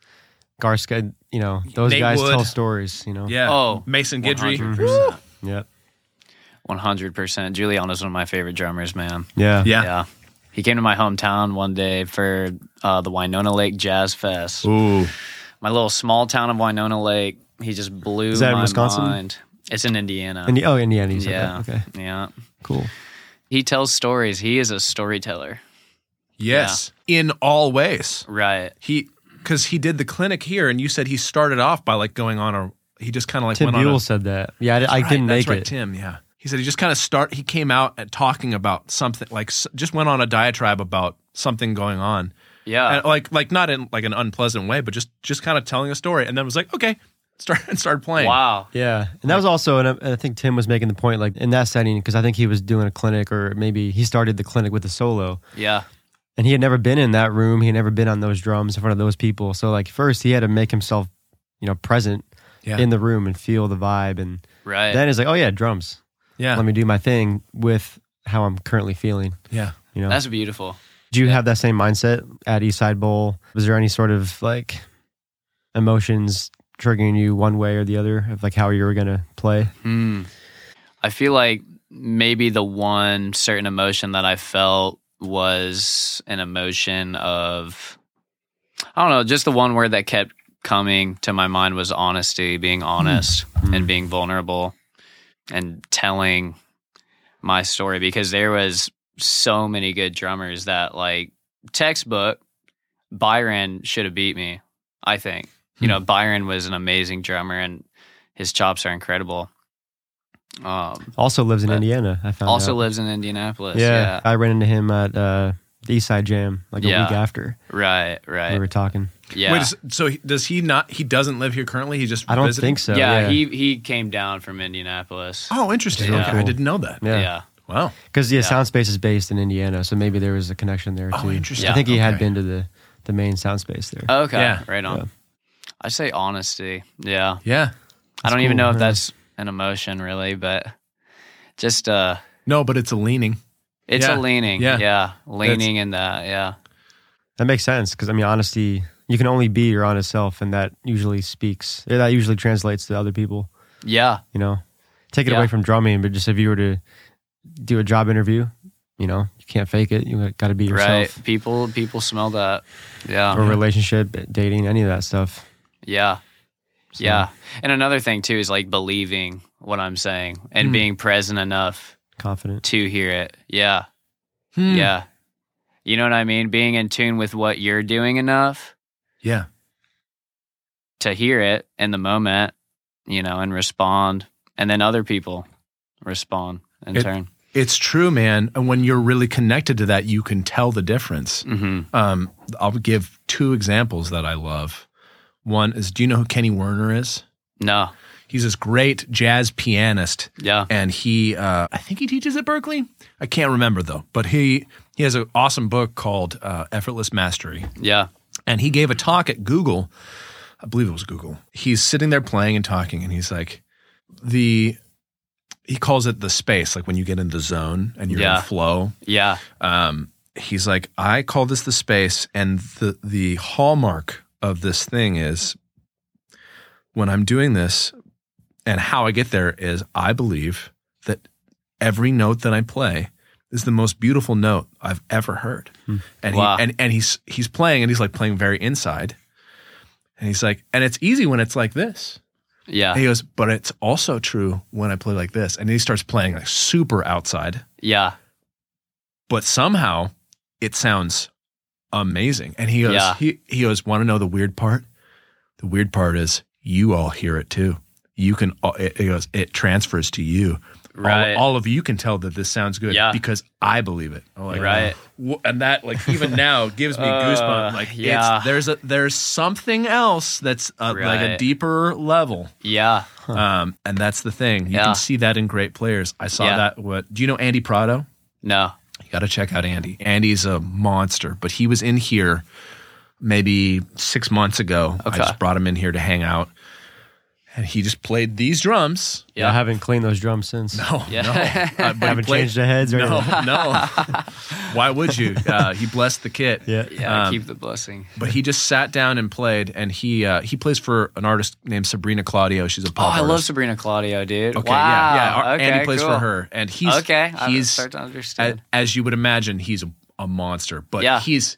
[SPEAKER 3] Garska, you know, those
[SPEAKER 2] Nate
[SPEAKER 3] guys
[SPEAKER 2] Wood.
[SPEAKER 3] tell stories. You know.
[SPEAKER 2] Yeah.
[SPEAKER 1] Oh,
[SPEAKER 2] Mason Guidry.
[SPEAKER 1] 100%.
[SPEAKER 3] Yep.
[SPEAKER 1] One hundred percent. Juliana's one of my favorite drummers, man.
[SPEAKER 3] Yeah.
[SPEAKER 2] Yeah.
[SPEAKER 1] Yeah. He came to my hometown one day for uh, the Winona Lake Jazz Fest.
[SPEAKER 2] Ooh.
[SPEAKER 1] My little small town of Winona Lake. He just blew
[SPEAKER 3] Is that in
[SPEAKER 1] my
[SPEAKER 3] Wisconsin?
[SPEAKER 1] mind. It's in Indiana.
[SPEAKER 3] Indi- oh, Indiana. You said
[SPEAKER 1] yeah.
[SPEAKER 3] That. Okay.
[SPEAKER 1] Yeah.
[SPEAKER 3] Cool.
[SPEAKER 1] He tells stories. He is a storyteller.
[SPEAKER 2] Yes. In all ways.
[SPEAKER 1] Right.
[SPEAKER 2] He, because he did the clinic here, and you said he started off by like going on a, he just kind of like
[SPEAKER 3] Tim
[SPEAKER 2] went on
[SPEAKER 3] Buell
[SPEAKER 2] a,
[SPEAKER 3] said that. Yeah, I, I
[SPEAKER 2] Right,
[SPEAKER 3] didn't
[SPEAKER 2] that's
[SPEAKER 3] make
[SPEAKER 2] right,
[SPEAKER 3] it.
[SPEAKER 2] Tim, yeah. He said he just kind of start. He came out at talking about something, like s- just went on a diatribe about something going on,
[SPEAKER 3] Uh.
[SPEAKER 1] Yeah.
[SPEAKER 2] and like like not in like an unpleasant way, but just just kind of telling a story, and then was like, okay, start <laughs> and started playing.
[SPEAKER 1] Wow.
[SPEAKER 3] Yeah, and that was also, and I, and I think Tim was making the point, like in that setting, because I think he was doing a clinic, or maybe he started the clinic with a solo,
[SPEAKER 1] Yeah.
[SPEAKER 3] and he had never been in that room, he had never been on those drums in front of those people. So like first, he had to make himself, you know, present
[SPEAKER 2] Yeah.
[SPEAKER 3] in the room and feel the vibe, and
[SPEAKER 1] Right.
[SPEAKER 3] then he's like, oh yeah, drums.
[SPEAKER 2] Yeah,
[SPEAKER 3] Let me do my thing with how I'm currently feeling.
[SPEAKER 2] yeah.
[SPEAKER 3] You know,
[SPEAKER 1] That's beautiful.
[SPEAKER 3] do you have that same mindset at Eastside Bowl? Was there any sort of like emotions triggering you one way or the other of like how you were gonna play?
[SPEAKER 1] Hmm. I feel like maybe the one certain emotion that I felt was an emotion of, I don't know, just the one word that kept coming to my mind was honesty, being honest and being vulnerable and telling my story because there was so many good drummers that like textbook Byron should have beat me, I think. You know, Byron was an amazing drummer and his chops are incredible. Um,
[SPEAKER 3] Also lives in
[SPEAKER 1] But-
[SPEAKER 3] Indiana. I found
[SPEAKER 1] also
[SPEAKER 3] out.
[SPEAKER 1] lives in Indianapolis.
[SPEAKER 3] Oh, yeah,
[SPEAKER 1] Yeah.
[SPEAKER 3] I ran into him at uh, the East Side Jam like a
[SPEAKER 1] Yeah.
[SPEAKER 3] week after
[SPEAKER 1] Right, right.
[SPEAKER 3] we were talking.
[SPEAKER 1] yeah.
[SPEAKER 2] Wait, is- so he, does he not? He doesn't live here currently. He just
[SPEAKER 3] I don't
[SPEAKER 2] visiting?
[SPEAKER 3] think so.
[SPEAKER 1] yeah,
[SPEAKER 3] Yeah,
[SPEAKER 1] he he came down from Indianapolis.
[SPEAKER 2] Oh, interesting.
[SPEAKER 1] Yeah.
[SPEAKER 2] Okay, I
[SPEAKER 3] Cool.
[SPEAKER 2] didn't know that.
[SPEAKER 3] yeah.
[SPEAKER 2] Wow.
[SPEAKER 3] Because yeah,
[SPEAKER 1] Yeah.
[SPEAKER 3] Sound Space is based in Indiana, so maybe there was a connection there too.
[SPEAKER 2] Oh, interesting.
[SPEAKER 3] I think he had
[SPEAKER 2] Okay.
[SPEAKER 3] been to the the main Sound Space there.
[SPEAKER 1] Okay.
[SPEAKER 2] Yeah.
[SPEAKER 1] Right on.
[SPEAKER 3] Yeah.
[SPEAKER 1] I say honesty. Yeah.
[SPEAKER 2] Yeah.
[SPEAKER 1] I don't even
[SPEAKER 3] cool,
[SPEAKER 1] know if
[SPEAKER 3] yeah.
[SPEAKER 1] that's an emotion really, but just uh
[SPEAKER 2] No, but it's a leaning.
[SPEAKER 1] it's a
[SPEAKER 2] Yeah,
[SPEAKER 1] leaning.
[SPEAKER 2] yeah.
[SPEAKER 1] Yeah. Leaning in that, yeah.
[SPEAKER 3] That makes sense because I mean, honesty. You can only be your honest self, and that usually speaks. eh, That usually translates to other people.
[SPEAKER 1] Yeah.
[SPEAKER 3] You know, take it
[SPEAKER 1] Yeah.
[SPEAKER 3] away from drumming, but just if you were to do a job interview, you know, you can't fake it. You got to be yourself.
[SPEAKER 1] Right. People people smell that. Yeah.
[SPEAKER 3] or relationship, dating, any of that stuff.
[SPEAKER 1] Yeah.
[SPEAKER 3] So-
[SPEAKER 1] Yeah. And another thing too is like believing what I'm saying and being present enough
[SPEAKER 3] Confident.
[SPEAKER 1] to hear it. Yeah.
[SPEAKER 2] Hmm.
[SPEAKER 1] Yeah. You know what I mean? Being in tune with what you're doing enough
[SPEAKER 2] Yeah.
[SPEAKER 1] to hear it in the moment, you know, and respond. And then other people respond in
[SPEAKER 2] It-
[SPEAKER 1] turn.
[SPEAKER 2] It's true, man. And when you're really connected to that, you can tell the difference.
[SPEAKER 1] hmm
[SPEAKER 2] Um, I'll give two examples that I love. One is, do you know who Kenny Werner is?
[SPEAKER 1] No.
[SPEAKER 2] He's this great jazz pianist,
[SPEAKER 1] Yeah.
[SPEAKER 2] and he, uh, I think he teaches at Berkeley. I can't remember though, but he he has an awesome book called uh, Effortless Mastery,
[SPEAKER 1] Yeah.
[SPEAKER 2] and he gave a talk at Google. I believe it was Google. He's sitting there playing and talking, and he's like, the he calls it the space, like when you get in the zone and you're
[SPEAKER 1] Yeah.
[SPEAKER 2] in flow
[SPEAKER 1] Yeah.
[SPEAKER 2] um, he's like, I call this the space, and the the hallmark of this thing is when I'm doing this, and how I get there is I believe that every note that I play is the most beautiful note I've ever heard, and
[SPEAKER 1] Wow.
[SPEAKER 2] he, and and he's he's playing, and he's like playing very inside, and he's like, and it's easy when it's like this. And
[SPEAKER 1] Yeah.
[SPEAKER 2] he goes, but it's also true when I play like this, and he starts playing like super outside
[SPEAKER 1] Yeah.
[SPEAKER 2] but somehow it sounds amazing. And he goes,
[SPEAKER 1] Yeah.
[SPEAKER 2] he, he goes, want to know the weird part? The weird part is you all hear it too. You can, all- it, it goes, it transfers to you. All-
[SPEAKER 1] Right.
[SPEAKER 2] All, of you can tell that this sounds good
[SPEAKER 1] Yeah.
[SPEAKER 2] because I believe it. I'm like,
[SPEAKER 1] Right.
[SPEAKER 2] "Wha- And that, like, even now gives me
[SPEAKER 1] <laughs> Uh,
[SPEAKER 2] goosebumps. Like,
[SPEAKER 1] yeah.
[SPEAKER 2] it's, there's a, there's something else that's uh like a
[SPEAKER 1] Right.
[SPEAKER 2] deeper level.
[SPEAKER 1] Yeah.
[SPEAKER 2] Um, and that's the thing. You
[SPEAKER 1] Yeah.
[SPEAKER 2] can see that in great players. I saw
[SPEAKER 1] Yeah.
[SPEAKER 2] that. What do you know? Andy Prado.
[SPEAKER 1] No.
[SPEAKER 2] You got to check out Andy. Andy's a monster, but he was in here maybe six months ago. I
[SPEAKER 1] Okay.
[SPEAKER 2] just brought him in here to hang out, and he just played these drums.
[SPEAKER 1] Yeah.
[SPEAKER 3] I haven't cleaned those drums since.
[SPEAKER 2] No,
[SPEAKER 1] Yeah.
[SPEAKER 2] no, Uh, but he
[SPEAKER 3] haven't
[SPEAKER 2] played-
[SPEAKER 3] changed the heads or
[SPEAKER 2] No,
[SPEAKER 3] anything. <laughs>
[SPEAKER 2] no. Why would you? Uh, he blessed the kit.
[SPEAKER 3] Yeah.
[SPEAKER 1] <laughs> Yeah.
[SPEAKER 2] Um,
[SPEAKER 1] keep the blessing.
[SPEAKER 2] But he just sat down and played, and he uh, he plays for an artist named Sabrina Claudio. She's a
[SPEAKER 1] Oh,
[SPEAKER 2] pop
[SPEAKER 1] I love
[SPEAKER 2] artist.
[SPEAKER 1] Sabrina Claudio, dude.
[SPEAKER 2] Okay,
[SPEAKER 1] wow.
[SPEAKER 2] yeah, yeah. Our-
[SPEAKER 1] Okay,
[SPEAKER 2] Andy plays
[SPEAKER 1] cool.
[SPEAKER 2] for her, and he's
[SPEAKER 1] okay. I
[SPEAKER 2] He's uh,
[SPEAKER 1] start to
[SPEAKER 2] a-
[SPEAKER 1] understand.
[SPEAKER 2] as you would imagine, he's a, a monster, but
[SPEAKER 1] Yeah.
[SPEAKER 2] he's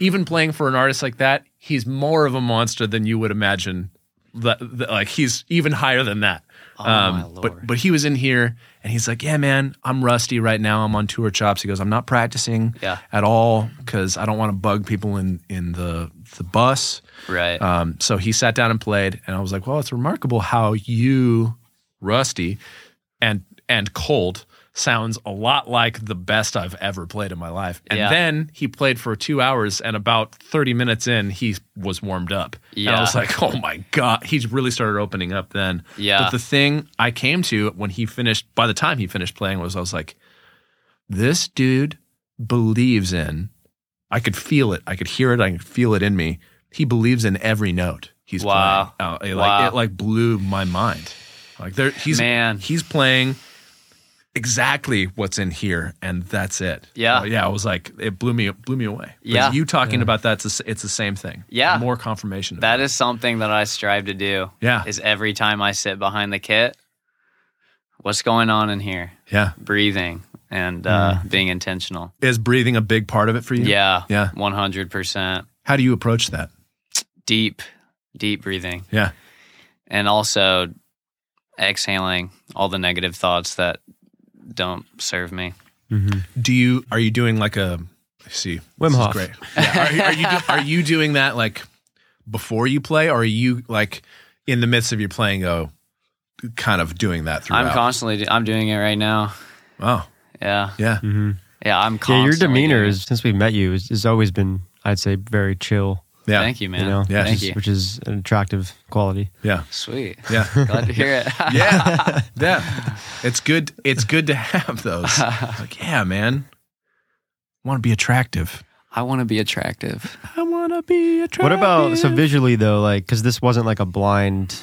[SPEAKER 2] even playing for an artist like that. He's more of a monster than you would imagine. That, that- like he's even higher than that. Um,
[SPEAKER 1] Oh, my Lord.
[SPEAKER 2] But but he was in here and he's like, "Yeah, man, I'm rusty right now. I'm on tour chops." He goes, "I'm not practicing
[SPEAKER 1] Yeah.
[SPEAKER 2] at all because I don't want to bug people in in the the bus."
[SPEAKER 1] Right.
[SPEAKER 2] Um, so he sat down and played, and I was like, "Well, it's remarkable how you, Rusty, and and Cold sounds a lot like the best I've ever played in my life." And
[SPEAKER 1] Yeah.
[SPEAKER 2] then he played for two hours, and about thirty minutes in, he was warmed up. And I
[SPEAKER 1] Yeah.
[SPEAKER 2] was like, "Oh my god!" He's really started opening up then.
[SPEAKER 1] Yeah.
[SPEAKER 2] But the thing I came to when he finished, by the time he finished playing, was I was like, "This dude believes in." I could feel it. I could hear it. I could feel it in me. He believes in every note he's
[SPEAKER 1] Wow.
[SPEAKER 2] playing. Oh, it,
[SPEAKER 1] Wow.
[SPEAKER 2] Like, it like blew my mind. Like there, he's
[SPEAKER 1] Man.
[SPEAKER 2] he's playing exactly what's in here, and that's it.
[SPEAKER 1] Yeah.
[SPEAKER 2] Oh, yeah. I was like, it blew me, it blew me away. 'Cause
[SPEAKER 1] Yeah.
[SPEAKER 2] you talking about that's the s- it's the same thing.
[SPEAKER 1] Yeah.
[SPEAKER 2] more confirmation. Of
[SPEAKER 1] That
[SPEAKER 2] it.
[SPEAKER 1] is something that I strive to do.
[SPEAKER 2] Yeah.
[SPEAKER 1] Is every time I sit behind the kit, what's going on in here?
[SPEAKER 2] yeah.
[SPEAKER 1] Breathing and uh, being intentional.
[SPEAKER 2] Is breathing a big part of it for you?
[SPEAKER 1] Yeah.
[SPEAKER 2] Yeah.
[SPEAKER 1] 100%.
[SPEAKER 2] How do you approach that?
[SPEAKER 1] Deep, deep breathing.
[SPEAKER 2] Yeah.
[SPEAKER 1] And also exhaling all the negative thoughts that don't serve me.
[SPEAKER 3] Mm-hmm,
[SPEAKER 2] Do you are you doing like a let's see
[SPEAKER 3] Wim
[SPEAKER 2] this is
[SPEAKER 3] Hof.
[SPEAKER 2] Great. Yeah. Are, you- are you do, are you doing that like before you play, or are you like in the midst of your playing? Go kind of doing that throughout. Oh,
[SPEAKER 1] I'm constantly, I'm doing it right now.
[SPEAKER 2] wow.
[SPEAKER 1] Yeah.
[SPEAKER 2] Yeah.
[SPEAKER 1] Yeah. I'm constantly.
[SPEAKER 3] mm-hmm. Yeah, your demeanor
[SPEAKER 1] doing it.
[SPEAKER 3] is since we met you has, has always been, I'd say, very chill.
[SPEAKER 2] Yeah.
[SPEAKER 1] Thank you, man.
[SPEAKER 3] You know,
[SPEAKER 2] Yeah.
[SPEAKER 1] Thank
[SPEAKER 3] which is,
[SPEAKER 1] you.
[SPEAKER 3] which is an attractive quality.
[SPEAKER 2] Yeah.
[SPEAKER 1] Sweet.
[SPEAKER 2] Yeah.
[SPEAKER 1] Glad to hear it. <laughs>
[SPEAKER 2] Yeah. yeah. It's good. It's good to
[SPEAKER 1] <laughs>
[SPEAKER 2] have those. Like, yeah, man. want to be attractive.
[SPEAKER 1] I want to be attractive.
[SPEAKER 2] I want to be attractive.
[SPEAKER 3] What about so visually though, like because this wasn't like a blind,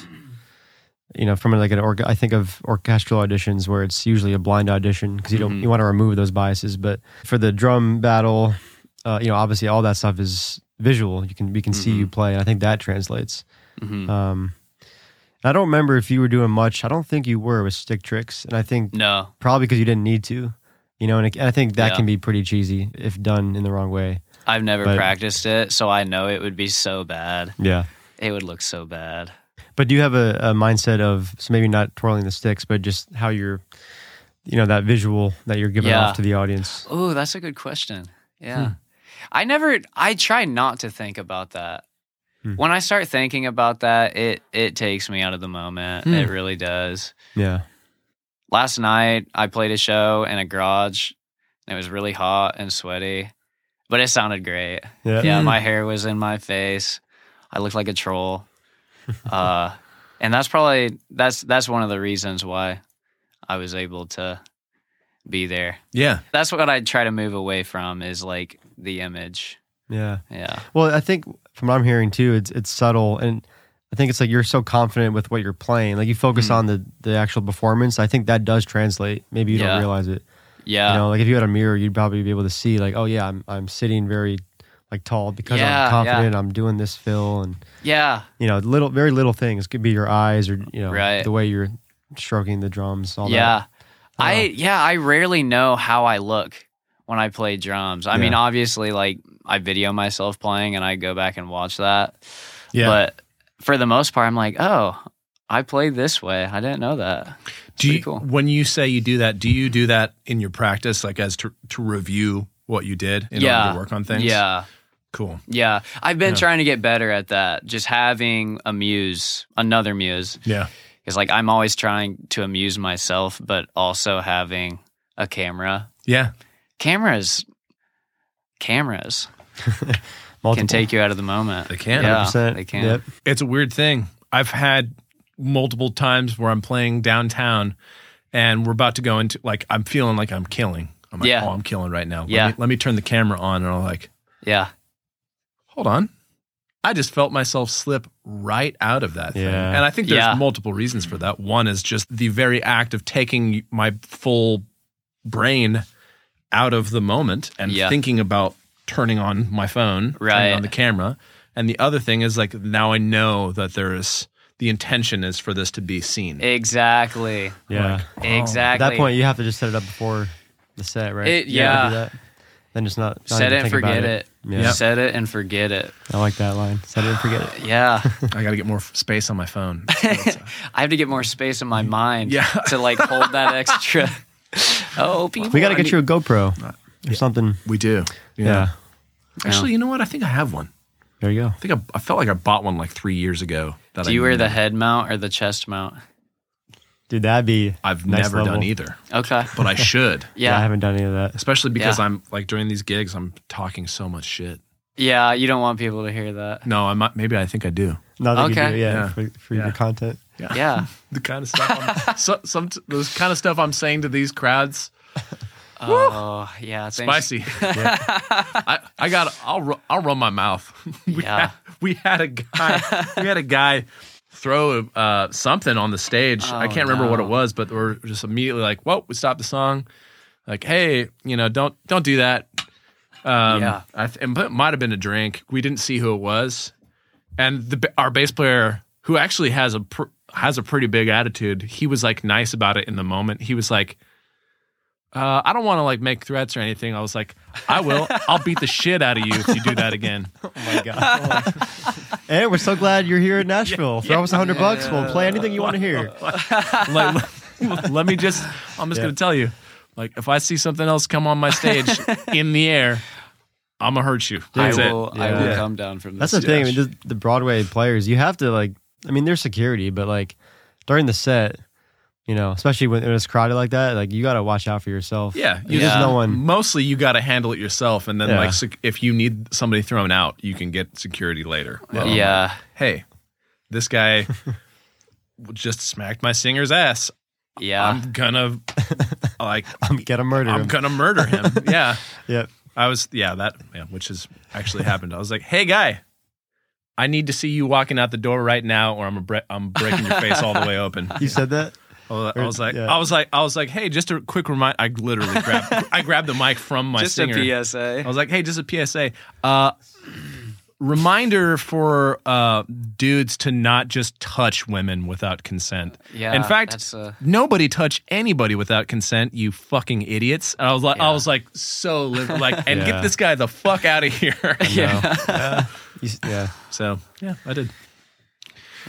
[SPEAKER 3] you know, from like an org. I think of orchestral auditions where it's usually a blind audition because you don't you want to remove those biases. But for the drum battle, uh, you know, obviously all that stuff is visual. You can we can see you play, and I think that translates. Um, and I don't remember if you were doing much. I don't think you were with stick tricks, and I think
[SPEAKER 1] No.
[SPEAKER 3] probably because you didn't need to. You know, and it- and I think that
[SPEAKER 1] Yeah.
[SPEAKER 3] can be pretty cheesy if done in the wrong way.
[SPEAKER 1] I've never
[SPEAKER 3] But-
[SPEAKER 1] practiced it, so I know it would be so bad.
[SPEAKER 3] Yeah.
[SPEAKER 1] It would look so bad.
[SPEAKER 3] But do you have a, a mindset of so maybe not twirling the sticks, but just how you're, you know, that visual that you're giving
[SPEAKER 1] Yeah.
[SPEAKER 3] off to the audience?
[SPEAKER 1] Oh, that's a good question. Yeah. I never I try not to think about that. When I start thinking about that, it it takes me out of the moment. It really does.
[SPEAKER 3] Yeah,
[SPEAKER 1] Last night I played a show in a garage and it was really hot and sweaty, but it sounded great.
[SPEAKER 3] yeah,
[SPEAKER 1] Yeah, my hair was in my face. I looked like a troll. <laughs> Uh, and that's probably that's that's one of the reasons why I was able to be there.
[SPEAKER 2] Yeah.
[SPEAKER 1] That's what I try to move away from is like the image.
[SPEAKER 3] yeah.
[SPEAKER 1] Yeah.
[SPEAKER 3] Well, I think from what I'm hearing too, it's it's subtle, and I think it's like you're so confident with what you're playing, like you focus
[SPEAKER 1] Mm-hmm.
[SPEAKER 3] on the the actual performance. I think that does translate. Maybe you
[SPEAKER 1] Yeah.
[SPEAKER 3] don't realize it.
[SPEAKER 1] Yeah.
[SPEAKER 3] you know, like if you had a mirror, you'd probably be able to see, like, oh yeah, I'm I'm sitting very like tall because
[SPEAKER 1] Yeah, yeah.
[SPEAKER 3] I'm confident. I'm doing this fill and.
[SPEAKER 1] yeah.
[SPEAKER 3] you know, little very little things could be your eyes or you know
[SPEAKER 1] Right.
[SPEAKER 3] the way you're stroking the drums. All Oh.
[SPEAKER 1] Yeah. I yeah, I rarely know how I look when I play drums. I mean,
[SPEAKER 3] Yeah.
[SPEAKER 1] obviously like I video myself playing and I go back and watch that.
[SPEAKER 2] Yeah.
[SPEAKER 1] But for the most part I'm like, "Oh, I played this way. I didn't know that."
[SPEAKER 2] do
[SPEAKER 1] pretty
[SPEAKER 2] you,
[SPEAKER 1] cool.
[SPEAKER 2] when you say you do that do you do that in your practice like as to, to review what you did in order to work on things
[SPEAKER 1] Yeah.
[SPEAKER 2] cool
[SPEAKER 1] Yeah. I've been trying to get better at that. Just having a muse, another muse.
[SPEAKER 2] yeah
[SPEAKER 1] Because like I'm always trying to amuse myself, but also having a camera.
[SPEAKER 2] yeah
[SPEAKER 1] Cameras cameras
[SPEAKER 3] that. Multiple.
[SPEAKER 1] can take you out of the moment.
[SPEAKER 2] They can.
[SPEAKER 1] Yeah,
[SPEAKER 3] 100%.
[SPEAKER 1] they can.
[SPEAKER 3] Yep.
[SPEAKER 2] it's a weird thing i've had multiple times where i'm playing downtown and we're about to go into like i'm feeling like i'm killing i'm like
[SPEAKER 1] Yeah.
[SPEAKER 2] oh i'm killing right now let
[SPEAKER 1] Yeah.
[SPEAKER 2] me, let me turn the camera on and i'm like
[SPEAKER 1] Yeah.
[SPEAKER 2] hold on I just felt myself slip right out of that thing.
[SPEAKER 3] Yeah.
[SPEAKER 2] And I think there's
[SPEAKER 1] Yeah.
[SPEAKER 2] multiple reasons for that. One is just the very act of taking my full brain out of the moment and
[SPEAKER 1] Yeah.
[SPEAKER 2] thinking about turning on my phone, turning
[SPEAKER 1] Right.
[SPEAKER 2] on the camera. And the other thing is like now I know that there is the intention is for this to be seen.
[SPEAKER 1] Eh. Exactly.
[SPEAKER 3] Yeah.
[SPEAKER 2] Like,
[SPEAKER 1] Exactly.
[SPEAKER 3] At that point, you have to just set it up before the set, right?
[SPEAKER 1] It-
[SPEAKER 3] You have to
[SPEAKER 1] yeah.
[SPEAKER 3] do that. Then just not, not
[SPEAKER 1] Set
[SPEAKER 3] even
[SPEAKER 1] it and
[SPEAKER 3] think about
[SPEAKER 1] forget it.
[SPEAKER 3] Yeah,
[SPEAKER 2] Yep.
[SPEAKER 1] Set it and forget it.
[SPEAKER 3] I like that line. Set it and forget
[SPEAKER 1] <sighs>
[SPEAKER 3] it. <laughs>
[SPEAKER 1] Yeah.
[SPEAKER 2] I got to get more f- space on my
[SPEAKER 1] <laughs>
[SPEAKER 2] phone.
[SPEAKER 1] I have to get more space in my mind
[SPEAKER 2] Yeah.
[SPEAKER 1] to like hold
[SPEAKER 3] <laughs>
[SPEAKER 1] that extra. oh, people.
[SPEAKER 3] We got to
[SPEAKER 1] I
[SPEAKER 3] get
[SPEAKER 1] need-
[SPEAKER 3] you a GoPro
[SPEAKER 2] Uh,
[SPEAKER 3] or something.
[SPEAKER 2] we do.
[SPEAKER 3] Yeah.
[SPEAKER 2] Actually, you know what? I think I have one.
[SPEAKER 3] there you go.
[SPEAKER 2] I think I, I felt like I bought one like three years ago. That
[SPEAKER 1] Do
[SPEAKER 2] I
[SPEAKER 1] you wear the
[SPEAKER 2] never-
[SPEAKER 1] head mount or the chest mount?
[SPEAKER 3] Dude, that'd be.
[SPEAKER 2] I've
[SPEAKER 3] next
[SPEAKER 2] never
[SPEAKER 3] level.
[SPEAKER 2] done either,
[SPEAKER 1] Okay.
[SPEAKER 2] but <laughs> I should.
[SPEAKER 3] Yeah, I
[SPEAKER 1] Yeah.
[SPEAKER 3] haven't done any of that.
[SPEAKER 2] Especially because
[SPEAKER 1] Yeah.
[SPEAKER 2] I'm like during these gigs, I'm talking so much shit.
[SPEAKER 1] Yeah. You don't want people to hear that.
[SPEAKER 2] No, I might. Maybe I think I do.
[SPEAKER 3] Now that you
[SPEAKER 1] Okay.
[SPEAKER 3] do, yeah,
[SPEAKER 2] Yeah.
[SPEAKER 3] for, for
[SPEAKER 2] Yeah.
[SPEAKER 1] <laughs>
[SPEAKER 3] your content. <laughs>
[SPEAKER 1] Yeah.
[SPEAKER 2] The kind of stuff. I'm, <laughs> so, some the kind of stuff I'm saying to these crowds.
[SPEAKER 1] oh, yeah. thanks. <laughs>
[SPEAKER 2] Spicy. I, I got. I'll. ru- I'll run my mouth. <laughs> we
[SPEAKER 1] Yeah.
[SPEAKER 2] Had, we had a guy. we had a guy throw uh, something on the stage. I
[SPEAKER 1] Oh,
[SPEAKER 2] can't remember what
[SPEAKER 1] no.
[SPEAKER 2] it was, but we're just immediately like, "Whoa!" We stopped the song. Like, hey, you know, don't don't do that. Um,
[SPEAKER 1] Yeah.
[SPEAKER 2] I th- and it might have been a drink. We didn't see who it was, and the ba- our bass player, who actually has a pr- has a pretty big attitude, he was like nice about it in the moment. He was like, uh, "I don't want to like make threats or anything." I was like, "I will. I'll
[SPEAKER 1] <laughs>
[SPEAKER 2] beat the shit out of you if you do that again."
[SPEAKER 3] Oh my god. <laughs> and we're so glad
[SPEAKER 1] <laughs>
[SPEAKER 3] you're here in Nashville. Throw us us 100 bucks. We'll play anything you want to hear.
[SPEAKER 2] like, <laughs> let- let me just. I'm just
[SPEAKER 3] Yeah.
[SPEAKER 2] gonna tell you, like, if I see something else come on
[SPEAKER 1] <laughs>
[SPEAKER 2] my stage in the air, I'm gonna hurt you.
[SPEAKER 1] I
[SPEAKER 2] That's it.
[SPEAKER 1] will. I will
[SPEAKER 3] Yeah.
[SPEAKER 1] come down from this.
[SPEAKER 3] That's the thing. I mean, just the Broadway players, you have to like. I mean, there's security, but like during the set, you know, especially when it's crowded like that, like you got to watch out for yourself.
[SPEAKER 2] Yeah,
[SPEAKER 3] you
[SPEAKER 2] you
[SPEAKER 3] just
[SPEAKER 1] Yeah.
[SPEAKER 3] no one.
[SPEAKER 2] Mostly, you got to handle it yourself, and then
[SPEAKER 3] Yeah.
[SPEAKER 2] like, sec- if you need somebody thrown out, you can get security later. Well,
[SPEAKER 1] yeah.
[SPEAKER 2] Hey, this
[SPEAKER 3] <laughs>
[SPEAKER 2] guy just smacked my singer's ass.
[SPEAKER 1] Yeah.
[SPEAKER 2] I'm gonna like.
[SPEAKER 3] I'm gonna <laughs> murder
[SPEAKER 2] I'm
[SPEAKER 3] him.
[SPEAKER 2] gonna murder
[SPEAKER 3] <laughs>
[SPEAKER 2] him. Yeah.
[SPEAKER 3] Yep.
[SPEAKER 2] I was, yeah, that, yeah, which is actually happened. I was like, hey, guy, I need to see you walking out the door right now, or I'm a bre- I'm breaking your face all the way open.
[SPEAKER 3] <laughs> You said that.
[SPEAKER 2] I was- I was like,
[SPEAKER 3] Yeah.
[SPEAKER 2] I was like, I was like, hey, just a quick remind. I literally grabbed, I grabbed the mic from my
[SPEAKER 1] just
[SPEAKER 2] singer.
[SPEAKER 1] a
[SPEAKER 2] I
[SPEAKER 1] PSA.
[SPEAKER 2] was like, hey, just a PSA. Uh, reminder for uh, dudes to not just touch women without consent.
[SPEAKER 1] Yeah.
[SPEAKER 2] In fact,
[SPEAKER 1] that's a-
[SPEAKER 2] nobody touch anybody without consent. You fucking idiots. And I was like, I
[SPEAKER 1] Yeah.
[SPEAKER 2] was like,
[SPEAKER 1] <laughs>
[SPEAKER 2] so li- like, and
[SPEAKER 3] Yeah.
[SPEAKER 2] get this guy the fuck out of here.
[SPEAKER 1] yeah.
[SPEAKER 3] You s- yeah.
[SPEAKER 2] So yeah, I did.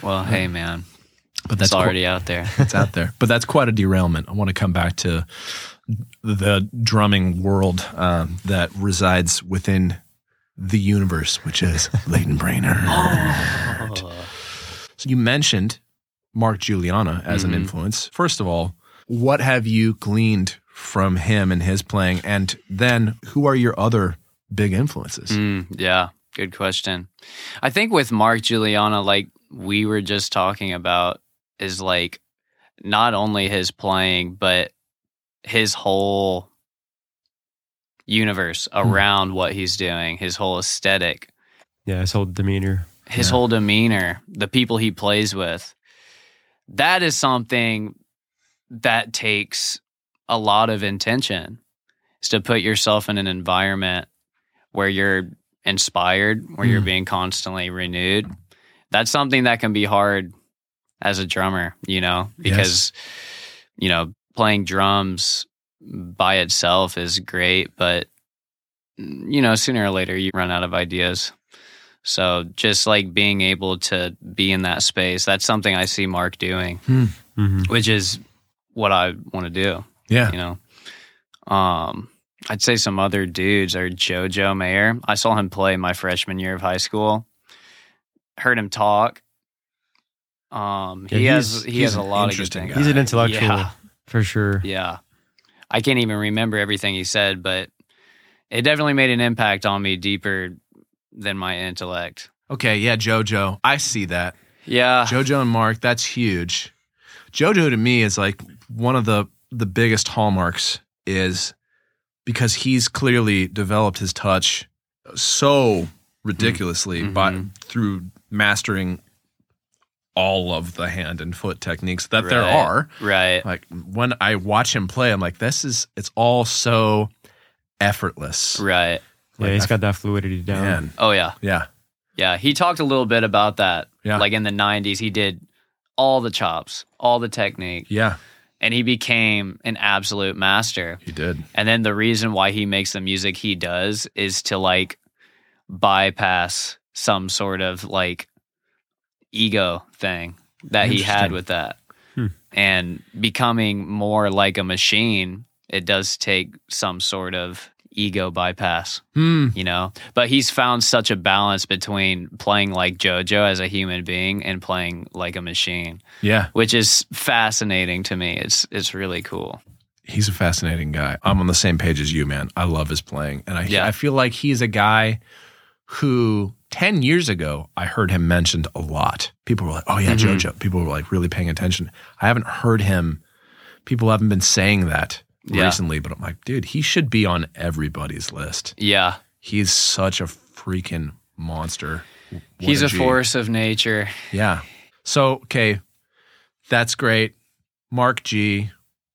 [SPEAKER 1] Well, hey, man.
[SPEAKER 2] But
[SPEAKER 1] That's
[SPEAKER 2] that's
[SPEAKER 1] already
[SPEAKER 2] already
[SPEAKER 1] out
[SPEAKER 3] <laughs>
[SPEAKER 1] there.
[SPEAKER 2] it's out there. But that's quite a derailment. I want to come back to the drumming world um, that resides within the universe, which <laughs> is Leighton Brainerd. so you mentioned Mark Juliana as an influence. First of all, what have you gleaned from him and his playing? And then who are your other big influences?
[SPEAKER 1] Mm, yeah, good question. I think with Mark Juliana, like we were just talking about, is like not only his playing, but his whole universe around what he's doing, his whole aesthetic,
[SPEAKER 3] Yeah. His whole demeanor.
[SPEAKER 1] his
[SPEAKER 2] Yeah.
[SPEAKER 1] whole demeanor, the people he plays with. That is something that takes a lot of intention is to put yourself in an environment where you're inspired, where you're
[SPEAKER 2] Mm.
[SPEAKER 1] being constantly renewed. That's something that can be hard as a drummer, you know, because, you know, playing drums by itself is great, but, you know, sooner or later you run out of ideas. So just like being able to be in that space, that's something I see Mark doing,
[SPEAKER 3] Mm-hmm.
[SPEAKER 1] which is what I want to do
[SPEAKER 2] Yeah.
[SPEAKER 1] you know. Um, I'd say some other dudes are JoJo Mayer. I saw him play my freshman year of high school. Heard him talk. Um,
[SPEAKER 3] Yeah,
[SPEAKER 1] he
[SPEAKER 3] he's-
[SPEAKER 1] has he
[SPEAKER 2] he's
[SPEAKER 1] has a
[SPEAKER 2] an
[SPEAKER 1] lot of good
[SPEAKER 2] interesting
[SPEAKER 1] things.
[SPEAKER 2] guy.
[SPEAKER 3] He's an intellectual
[SPEAKER 1] Yeah.
[SPEAKER 3] for sure.
[SPEAKER 1] Yeah. I can't even remember everything he said, but it definitely made an impact on me deeper than my intellect.
[SPEAKER 2] Okay. Yeah. JoJo. I see that.
[SPEAKER 1] Yeah.
[SPEAKER 2] JoJo and Mark, that's huge. JoJo to me is like one of the the biggest hallmarks is because he's clearly developed his touch so ridiculously by
[SPEAKER 1] Mhm.
[SPEAKER 2] through mastering all of the hand and foot techniques that there
[SPEAKER 1] Right.
[SPEAKER 2] are.
[SPEAKER 1] right.
[SPEAKER 2] Like when I watch him play, I'm like, this is it's all so effortless.
[SPEAKER 1] Right.
[SPEAKER 3] Yeah.
[SPEAKER 2] Like,
[SPEAKER 3] he's
[SPEAKER 2] I-
[SPEAKER 3] got that fluidity down.
[SPEAKER 2] Man,
[SPEAKER 1] Oh yeah.
[SPEAKER 2] yeah.
[SPEAKER 1] Yeah, he talked a little bit about that.
[SPEAKER 2] Yeah.
[SPEAKER 1] Like in the 90s, he did all the chops, all the technique.
[SPEAKER 2] Yeah.
[SPEAKER 1] and he became an absolute master.
[SPEAKER 2] He did.
[SPEAKER 1] And then the reason why he makes the music he does is to like bypass some sort of like ego thing that he had
[SPEAKER 5] Interesting.
[SPEAKER 1] with that. And becoming more like a machine, it does take some sort of ego bypass,
[SPEAKER 2] Hmm.
[SPEAKER 1] you know? But he's found such a balance between playing like JoJo as a human being and playing like a machine,
[SPEAKER 2] Yeah.
[SPEAKER 1] which is fascinating to me. It's it's really cool.
[SPEAKER 2] He's a fascinating guy. I'm on the same page as you, man. I love his playing. And I,
[SPEAKER 1] Yeah.
[SPEAKER 2] I feel like he's a guy who 10 years ago, I heard him mentioned a lot. People were like, oh, yeah,
[SPEAKER 1] Mm-hmm.
[SPEAKER 2] JoJo. People were like really paying attention. I haven't heard him. People haven't been saying that
[SPEAKER 1] Yeah.
[SPEAKER 2] recently, but I'm like, dude, he should be on everybody's list.
[SPEAKER 1] Yeah.
[SPEAKER 2] He's such a freaking monster. What
[SPEAKER 1] He's a
[SPEAKER 2] G.
[SPEAKER 1] force of nature.
[SPEAKER 2] Yeah. So, okay. That's great. Mark G,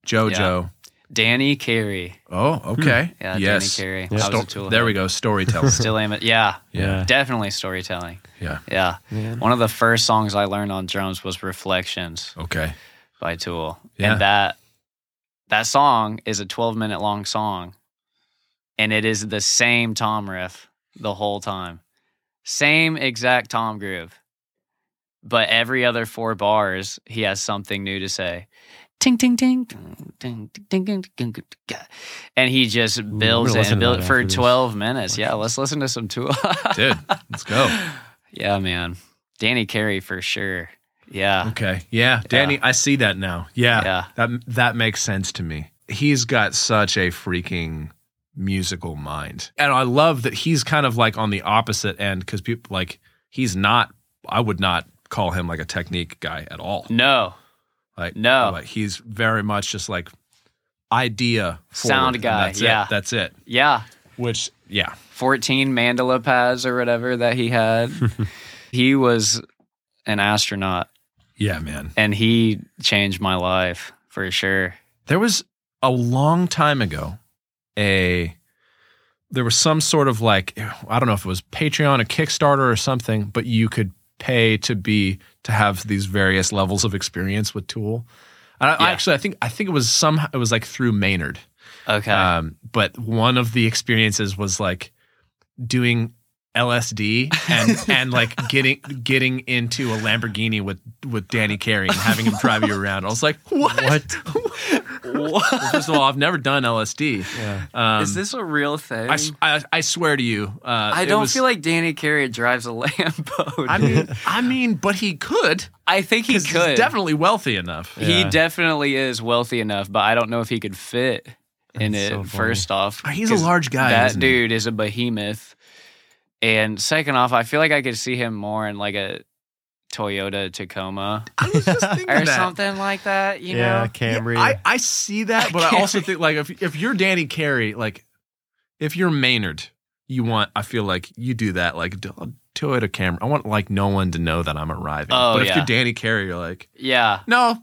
[SPEAKER 2] JoJo.
[SPEAKER 1] Yeah. Danny Carey.
[SPEAKER 2] Oh, okay.
[SPEAKER 1] Yeah,
[SPEAKER 2] yes.
[SPEAKER 1] Danny Carey. I was a tool
[SPEAKER 2] there we
[SPEAKER 1] head.
[SPEAKER 2] go.
[SPEAKER 1] <laughs>
[SPEAKER 2] Storytelling.
[SPEAKER 1] Still aim it. Yeah.
[SPEAKER 2] Yeah.
[SPEAKER 1] Definitely storytelling.
[SPEAKER 2] yeah.
[SPEAKER 1] Yeah. One of the first songs I learned on drums was Reflections
[SPEAKER 2] Okay.
[SPEAKER 1] by Tool.
[SPEAKER 2] Yeah.
[SPEAKER 1] And that that song is a 12 minute long song. And it is the same tom riff the whole time. Same exact tom groove. But every other four bars, he has something new to say. Ting ting ting, ting ting ting ting, ting, ting, ting. and he just builds it
[SPEAKER 6] listen
[SPEAKER 1] and
[SPEAKER 6] to
[SPEAKER 1] builds
[SPEAKER 6] that
[SPEAKER 1] for
[SPEAKER 6] after this. Oh.
[SPEAKER 1] twelve minutes. Yeah, let's listen to some Tool. <laughs>
[SPEAKER 2] Dude, let's go.
[SPEAKER 1] Yeah, man. Danny Carey for sure. Yeah.
[SPEAKER 2] Okay. Yeah. Danny, I see that now. Yeah.
[SPEAKER 1] Yeah.
[SPEAKER 2] That that makes sense to me. He's got such a freaking musical mind. And I love that he's kind of like on the opposite end cuz people like he's not I would not call him like a technique guy at all.
[SPEAKER 1] No.
[SPEAKER 2] Like
[SPEAKER 1] No.
[SPEAKER 2] like he's very much just like idea forward,
[SPEAKER 1] Sound
[SPEAKER 2] and
[SPEAKER 1] guy,
[SPEAKER 2] That's
[SPEAKER 1] yeah.
[SPEAKER 2] It. That's it.
[SPEAKER 1] Yeah.
[SPEAKER 2] Which yeah.
[SPEAKER 1] 14 mandala pads or whatever that he
[SPEAKER 2] <laughs>
[SPEAKER 1] had. he was an astronaut
[SPEAKER 2] Yeah, man.
[SPEAKER 1] and he changed my life for sure.
[SPEAKER 2] There was a long time ago a there was some sort of like I don't know if it was Patreon or Kickstarter or something, but you could pay to be to have these various levels of experience with Tool. And I, I
[SPEAKER 1] Yeah.
[SPEAKER 2] actually I think I think it was some it was like through Maynard.
[SPEAKER 1] Okay.
[SPEAKER 2] Um, but one of the experiences was like doing
[SPEAKER 1] <laughs>
[SPEAKER 2] LSD and and like getting getting into a Lamborghini with with Danny Carey and having him drive you around. I
[SPEAKER 1] <laughs>
[SPEAKER 2] was like, what? Well, first of all, I've never done LSD. Um,
[SPEAKER 1] Is this a real thing?
[SPEAKER 2] I, s- uh, I- I swear to you, uh,
[SPEAKER 1] I don't feel like Danny Carey drives a <laughs> Lambo.
[SPEAKER 2] I
[SPEAKER 1] dude.
[SPEAKER 2] mean, I mean, but he could.
[SPEAKER 1] I think he
[SPEAKER 2] 'cause
[SPEAKER 1] could.
[SPEAKER 2] He's definitely wealthy enough.
[SPEAKER 1] He
[SPEAKER 6] Yeah.
[SPEAKER 1] definitely is wealthy enough, but I don't know if he could fit in
[SPEAKER 6] That's
[SPEAKER 1] it.
[SPEAKER 6] so funny.
[SPEAKER 1] first off,
[SPEAKER 2] Uh, He's a
[SPEAKER 1] 'cause
[SPEAKER 2] large guy,
[SPEAKER 1] That
[SPEAKER 2] isn't he?
[SPEAKER 1] dude is a behemoth. And second off, I feel like I could see him more in like a Toyota Tacoma
[SPEAKER 2] I
[SPEAKER 1] <laughs>
[SPEAKER 2] was just thinking
[SPEAKER 1] or
[SPEAKER 2] that.
[SPEAKER 1] something like that. You
[SPEAKER 6] yeah,
[SPEAKER 1] know?
[SPEAKER 6] Camry.
[SPEAKER 2] I, I see that, but I also think like if if you're Danny Carey, like if you're Maynard, you want I feel like you do that like d- Toyota camera. I want like no one to know that I'm arriving.
[SPEAKER 1] Oh,
[SPEAKER 2] but if
[SPEAKER 1] yeah.
[SPEAKER 2] you're Danny Carey, you're like,
[SPEAKER 1] <laughs> Yeah,
[SPEAKER 2] no,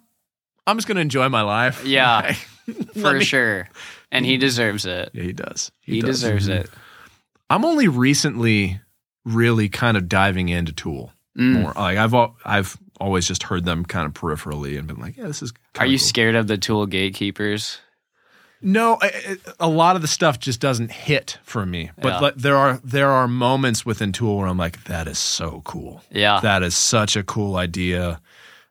[SPEAKER 2] I'm just gonna enjoy my life.
[SPEAKER 1] Yeah.
[SPEAKER 2] <laughs> Like,
[SPEAKER 1] for
[SPEAKER 2] let me-
[SPEAKER 1] sure. And he deserves it.
[SPEAKER 2] Yeah, he does.
[SPEAKER 1] He,
[SPEAKER 2] does.
[SPEAKER 1] deserves it.
[SPEAKER 2] I'm only recently really kind of diving into Tool
[SPEAKER 1] Mm.
[SPEAKER 2] more. Like I've al- I've always just heard them kind of peripherally and been like, yeah, this is.
[SPEAKER 1] Are
[SPEAKER 2] kinda
[SPEAKER 1] you
[SPEAKER 2] cool.
[SPEAKER 1] scared of the tool gatekeepers?
[SPEAKER 2] No, I- I- a lot of the stuff just doesn't hit for me. But
[SPEAKER 1] Yeah.
[SPEAKER 2] like, there are there are moments within Tool where I'm like, that is so cool.
[SPEAKER 1] Yeah.
[SPEAKER 2] That is such a cool idea.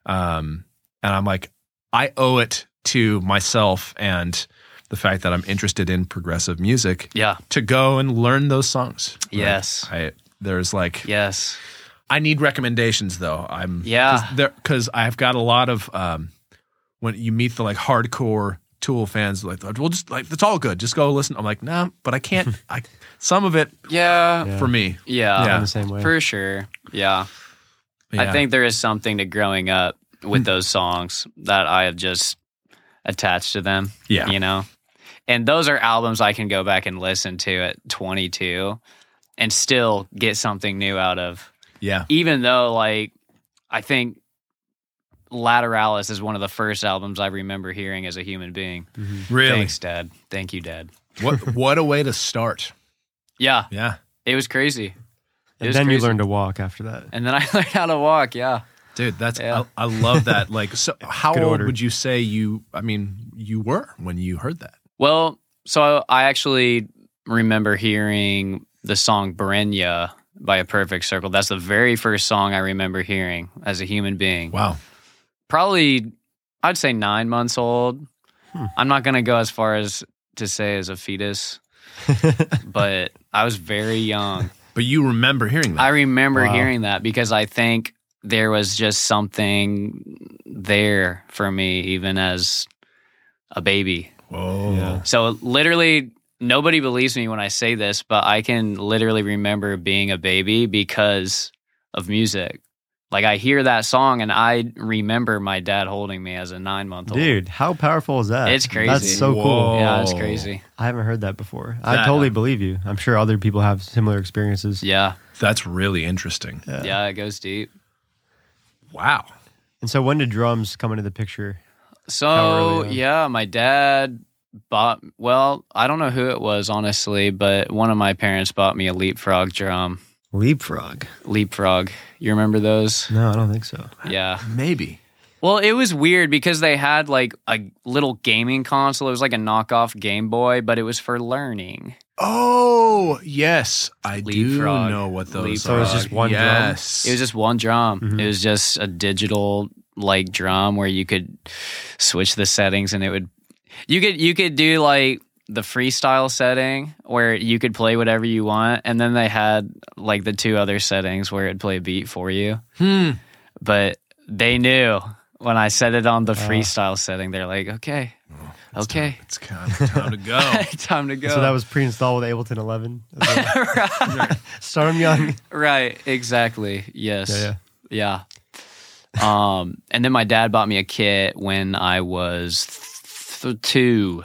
[SPEAKER 2] Um, and I'm like, I owe it to myself and the fact that I'm interested in progressive music
[SPEAKER 1] yeah.
[SPEAKER 2] to go and learn those songs. Like,
[SPEAKER 1] Yes.
[SPEAKER 2] I there's like
[SPEAKER 1] Yes.
[SPEAKER 2] I need recommendations though. I'm
[SPEAKER 1] Yeah.
[SPEAKER 2] cause there because I've got a lot of um when you meet the like hardcore Tool fans like well just like it's all good just go listen. I'm like nah, but I
[SPEAKER 1] <laughs>
[SPEAKER 2] can't. I some of it
[SPEAKER 1] Yeah.
[SPEAKER 6] Yeah.
[SPEAKER 2] for me.
[SPEAKER 1] Yeah.
[SPEAKER 2] Yeah.
[SPEAKER 6] I'm the same way.
[SPEAKER 1] uh, For sure. Yeah. I
[SPEAKER 2] Yeah. Hmm.
[SPEAKER 1] think there is something to growing up with those songs that I have just attached to them.
[SPEAKER 2] Yeah.
[SPEAKER 1] You know? And those are albums I can go back and listen to at 22 and still get something new out of.
[SPEAKER 2] yeah
[SPEAKER 1] Even though, like, I think Lateralis is one of the first albums I remember hearing as a human being.
[SPEAKER 3] Mm-hmm.
[SPEAKER 2] really
[SPEAKER 1] Thanks, Dad. Thank you, Dad.
[SPEAKER 2] <laughs> what what a way to start.
[SPEAKER 1] Yeah.
[SPEAKER 2] Yeah
[SPEAKER 1] It was crazy. It
[SPEAKER 6] and
[SPEAKER 1] was
[SPEAKER 6] then you
[SPEAKER 1] crazy.
[SPEAKER 6] learn to walk after that.
[SPEAKER 1] <laughs> And then I learned how to walk. Yeah.
[SPEAKER 2] Dude, that's
[SPEAKER 1] Yeah.
[SPEAKER 2] I, I
[SPEAKER 1] <laughs>
[SPEAKER 2] love that. Like, so how
[SPEAKER 3] Good
[SPEAKER 2] old
[SPEAKER 3] order.
[SPEAKER 2] would you say you? I mean, you were when you heard that.
[SPEAKER 1] Well, so I actually remember hearing the song Brenya by A Perfect Circle. That's the very first song I remember hearing as a human being.
[SPEAKER 2] Wow.
[SPEAKER 1] Probably, I'd say nine months old. I'm not going to go as far as to say as a fetus, but I was very young.
[SPEAKER 2] But you remember hearing that?
[SPEAKER 1] I remember
[SPEAKER 3] Wow.
[SPEAKER 1] hearing that because I think there was just something there for me, even as a baby.
[SPEAKER 2] Whoa.
[SPEAKER 1] So literally nobody believes me when I say this, but I can literally remember being a baby because of music. Like I hear that song and I remember my dad holding me as a nine month old.
[SPEAKER 3] Dude, Oh. how powerful is that?
[SPEAKER 1] It's crazy.
[SPEAKER 3] That's so cool.
[SPEAKER 2] Whoa.
[SPEAKER 1] Yeah, it's crazy.
[SPEAKER 3] I haven't heard that before.
[SPEAKER 2] That- um,
[SPEAKER 3] I totally believe you. I'm sure other people have similar experiences.
[SPEAKER 1] Yeah.
[SPEAKER 2] That's really interesting.
[SPEAKER 1] Yeah, it goes deep.
[SPEAKER 2] Wow.
[SPEAKER 3] And so when did drums come into the picture? How
[SPEAKER 1] So
[SPEAKER 3] early uh? on?
[SPEAKER 1] yeah, my dad bought well, I don't know who it was honestly, but one of my parents bought me a leapfrog drum.
[SPEAKER 3] Leapfrog.
[SPEAKER 1] Leapfrog. You remember those?
[SPEAKER 3] No, I don't think so.
[SPEAKER 1] Yeah.
[SPEAKER 2] Maybe.
[SPEAKER 1] Well, it was weird because they had like a little gaming console. It was like a knockoff Game Boy, but it was for learning.
[SPEAKER 2] Oh yes, I
[SPEAKER 1] Leapfrog.
[SPEAKER 2] do know what those.
[SPEAKER 1] Leapfrog.
[SPEAKER 2] are.
[SPEAKER 1] So it was
[SPEAKER 3] just one drum?
[SPEAKER 2] Yes.
[SPEAKER 1] It was just one drum. It was just a digital like drum where you could switch the settings and it would you could you could do like the freestyle setting where you could play whatever you want and then they had like the two other settings where it'd play a beat for you.
[SPEAKER 2] Hmm.
[SPEAKER 1] But they knew when I set it on the freestyle setting, they're like, "Okay. Okay.
[SPEAKER 2] It's kind of time to go.
[SPEAKER 1] <laughs> Time to go."
[SPEAKER 3] So that was pre-installed with
[SPEAKER 2] <laughs>
[SPEAKER 3] Ableton 11. Start 'em young.
[SPEAKER 1] Right, exactly. Yes.
[SPEAKER 3] Yeah,
[SPEAKER 1] yeah. um, and then my dad bought me a kit when I was th- th- two,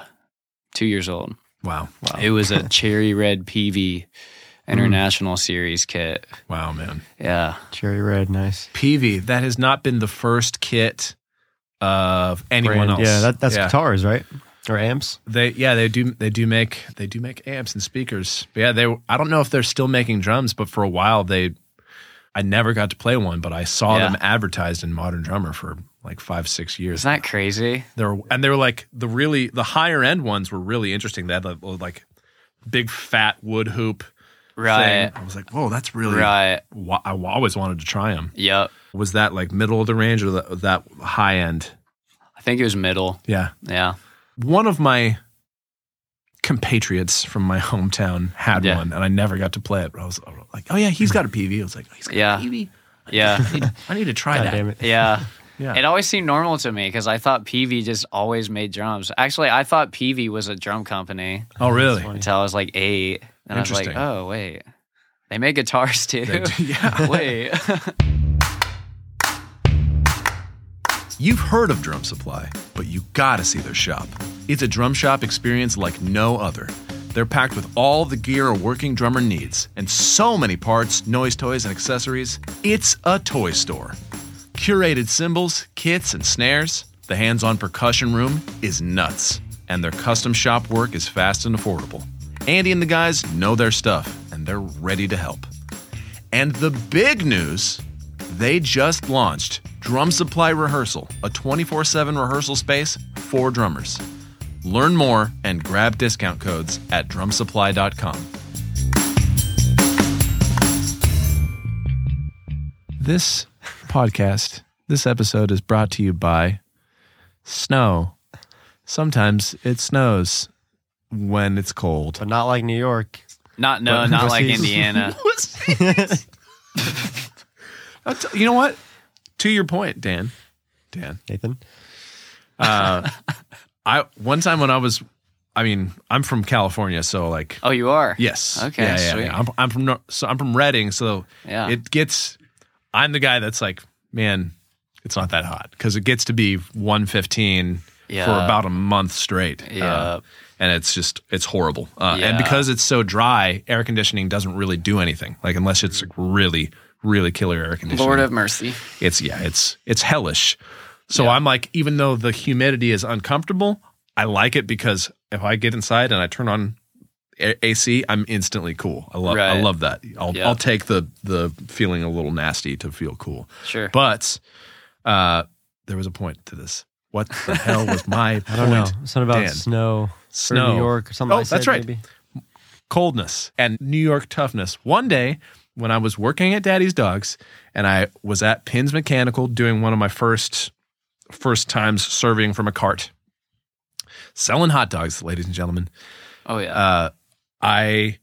[SPEAKER 1] two years old.
[SPEAKER 2] wow. Wow.
[SPEAKER 1] It
[SPEAKER 3] <laughs>
[SPEAKER 1] was a cherry red PV
[SPEAKER 3] Mm.
[SPEAKER 1] International Series kit.
[SPEAKER 2] Wow, man.
[SPEAKER 1] Yeah.
[SPEAKER 3] Cherry red, nice.
[SPEAKER 2] PV. That has not been the first kit of anyone
[SPEAKER 3] Brand.
[SPEAKER 2] else.
[SPEAKER 3] Yeah, that, that's
[SPEAKER 2] yeah.
[SPEAKER 3] guitars, right? Or amps?
[SPEAKER 2] They yeah they do they do make they do make amps and speakers. But yeah, they I don't know if they're still making drums, but for a while they I never got to play one, but I saw
[SPEAKER 1] Yeah.
[SPEAKER 2] them advertised in Modern Drummer for like five six years.
[SPEAKER 1] Isn't that crazy?
[SPEAKER 2] They were, and they were like the really the higher end ones were really interesting. They had like, like big fat wood hoop
[SPEAKER 1] Right.
[SPEAKER 2] thing. I was like, whoa, that's really
[SPEAKER 1] Right.
[SPEAKER 2] Wa- I always wanted to try them.
[SPEAKER 1] Yep.
[SPEAKER 2] Was that like middle of the range or the, that high end?
[SPEAKER 1] I think it was middle.
[SPEAKER 2] Yeah.
[SPEAKER 1] Yeah.
[SPEAKER 2] one of my compatriots from my hometown had
[SPEAKER 1] Yeah.
[SPEAKER 2] one, and I never got to play it. But I was like, "Oh yeah, he's got a PV." I was like, oh, "He's got
[SPEAKER 1] Yeah.
[SPEAKER 2] a PV.
[SPEAKER 3] <laughs>
[SPEAKER 1] Yeah.
[SPEAKER 2] I need, I need to try
[SPEAKER 3] God
[SPEAKER 2] that."
[SPEAKER 3] damn it.
[SPEAKER 1] Yeah.
[SPEAKER 2] Yeah.
[SPEAKER 1] It always seemed normal to me because I thought PV just always made drums. Actually, I thought PV was a drum company.
[SPEAKER 2] Oh really?
[SPEAKER 1] <laughs> until I was like eight. And I was like,
[SPEAKER 2] Interesting.
[SPEAKER 1] oh, wait. They make guitars <laughs> too.
[SPEAKER 2] They do- yeah. <laughs>
[SPEAKER 1] wait.
[SPEAKER 2] You've heard of Drum Supply, but you gotta see their shop. It's a drum shop experience like no other. They're packed with all the gear a working drummer needs, and so many parts, noise toys, and accessories. It's a toy store. Curated cymbals, kits, and snares. The hands on percussion room is nuts, and their custom shop work is fast and affordable. Andy and the guys know their stuff, and they're ready to help. And the big news they just launched Drum Supply Rehearsal, a 24 7 rehearsal space for drummers. Learn more and grab discount codes at drumsupply.com. This podcast, this episode is brought to you by snow. Sometimes it snows when it's cold.
[SPEAKER 3] But not like
[SPEAKER 2] <laughs>
[SPEAKER 3] New York.
[SPEAKER 1] Not no,
[SPEAKER 3] What?
[SPEAKER 1] not like
[SPEAKER 3] Pussies.
[SPEAKER 1] Indiana.
[SPEAKER 2] That's- you know what? To your point, Dan. Dan.
[SPEAKER 3] Nathan?
[SPEAKER 2] I one time when I was, I mean, I'm from California, so like,
[SPEAKER 1] Oh, you are?
[SPEAKER 2] yes,
[SPEAKER 1] Okay,
[SPEAKER 2] yeah, yeah,
[SPEAKER 1] sweet.
[SPEAKER 2] yeah. I'm, I'm from Nor- so I'm from Reading, so
[SPEAKER 1] Yeah.
[SPEAKER 2] it gets. I'm the guy that's like, man, it's not that hot because it gets to be 115
[SPEAKER 1] Yeah.
[SPEAKER 2] for about a month straight. uh,
[SPEAKER 1] Yeah.
[SPEAKER 2] and it's just it's horrible. Uh,
[SPEAKER 1] Yeah.
[SPEAKER 2] And because it's so dry, air conditioning doesn't really do anything. Like unless it's like really, really killer air conditioning
[SPEAKER 1] Lord of mercy.
[SPEAKER 2] it's yeah, it's it's hellish. So I'm like, even though the humidity is uncomfortable, I like it because if I get inside and I turn on A- AC, I'm instantly cool. I love I
[SPEAKER 1] Right.
[SPEAKER 2] love that. I'll
[SPEAKER 1] Yeah.
[SPEAKER 2] I'll take the the feeling a little nasty to feel cool.
[SPEAKER 1] Sure.
[SPEAKER 2] But uh there was a point to this. What the hell was my point?
[SPEAKER 3] <laughs> I don't know. Something about
[SPEAKER 2] Dan.
[SPEAKER 3] snow,
[SPEAKER 2] Snow.
[SPEAKER 3] or New York, or something.
[SPEAKER 2] Oh,
[SPEAKER 3] I said,
[SPEAKER 2] that's right.
[SPEAKER 3] Maybe.
[SPEAKER 2] coldness and New York toughness. One day when I was working at Daddy's Dogs and I was at Pins Mechanical doing one of my first first times serving from a cart, selling hot dogs, ladies and gentlemen.
[SPEAKER 1] Oh yeah.
[SPEAKER 2] Uh, I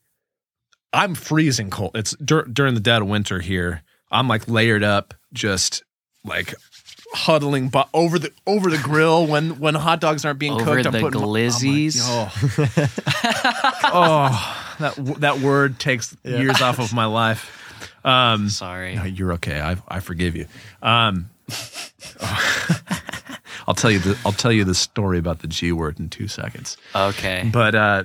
[SPEAKER 2] I'm freezing cold. It's dur- during the dead of winter here. I'm like layered up, just like huddling bu- over the over the grill when when hot dogs aren't being
[SPEAKER 1] Over
[SPEAKER 2] cooked.
[SPEAKER 1] the
[SPEAKER 2] I'm putting my- I'm like,
[SPEAKER 1] glizzies.
[SPEAKER 2] oh. oh, that w- that word takes years off of my <laughs> life. Um,
[SPEAKER 1] Sorry.
[SPEAKER 2] no, you're okay. I I forgive you. <laughs> Um, I'll tell you the I'll tell you the story about the G word in two seconds.
[SPEAKER 1] Okay.
[SPEAKER 2] But uh,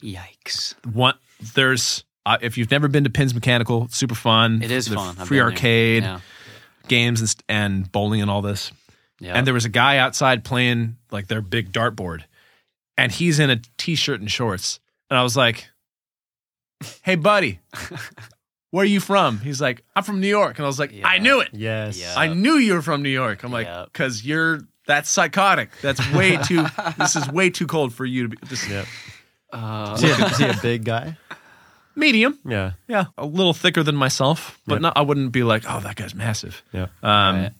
[SPEAKER 1] Yikes.
[SPEAKER 2] one there's uh, if you've never been to Pins Mechanical, super fun.
[SPEAKER 1] It is
[SPEAKER 2] The
[SPEAKER 1] fun. I've
[SPEAKER 2] Free
[SPEAKER 1] been there.
[SPEAKER 2] arcade
[SPEAKER 1] Yeah.
[SPEAKER 2] games and, st- and bowling and all this.
[SPEAKER 1] Yeah.
[SPEAKER 2] And there was a guy outside playing like their big dartboard, and he's in a t-shirt and shorts. And I was like, "Hey, buddy, where are you from?" He's like, "I'm from New York." And I was like, "I
[SPEAKER 1] Yeah.
[SPEAKER 2] knew it.
[SPEAKER 3] Yes.
[SPEAKER 1] Yeah.
[SPEAKER 2] I knew you were from New York." I'm like,
[SPEAKER 1] Yep.
[SPEAKER 2] "Cause you're that's psychotic. That's
[SPEAKER 1] <laughs>
[SPEAKER 2] way too. this is way too cold for you to be. This <laughs>
[SPEAKER 3] Yep.
[SPEAKER 1] Uh,
[SPEAKER 3] <laughs> Is, he a, is he a big guy?
[SPEAKER 2] medium,
[SPEAKER 3] Yeah.
[SPEAKER 2] yeah, a little thicker than myself, but
[SPEAKER 3] Yep.
[SPEAKER 2] not. I wouldn't be like, oh, that guy's massive.
[SPEAKER 3] Yeah.
[SPEAKER 2] Um,
[SPEAKER 1] Right.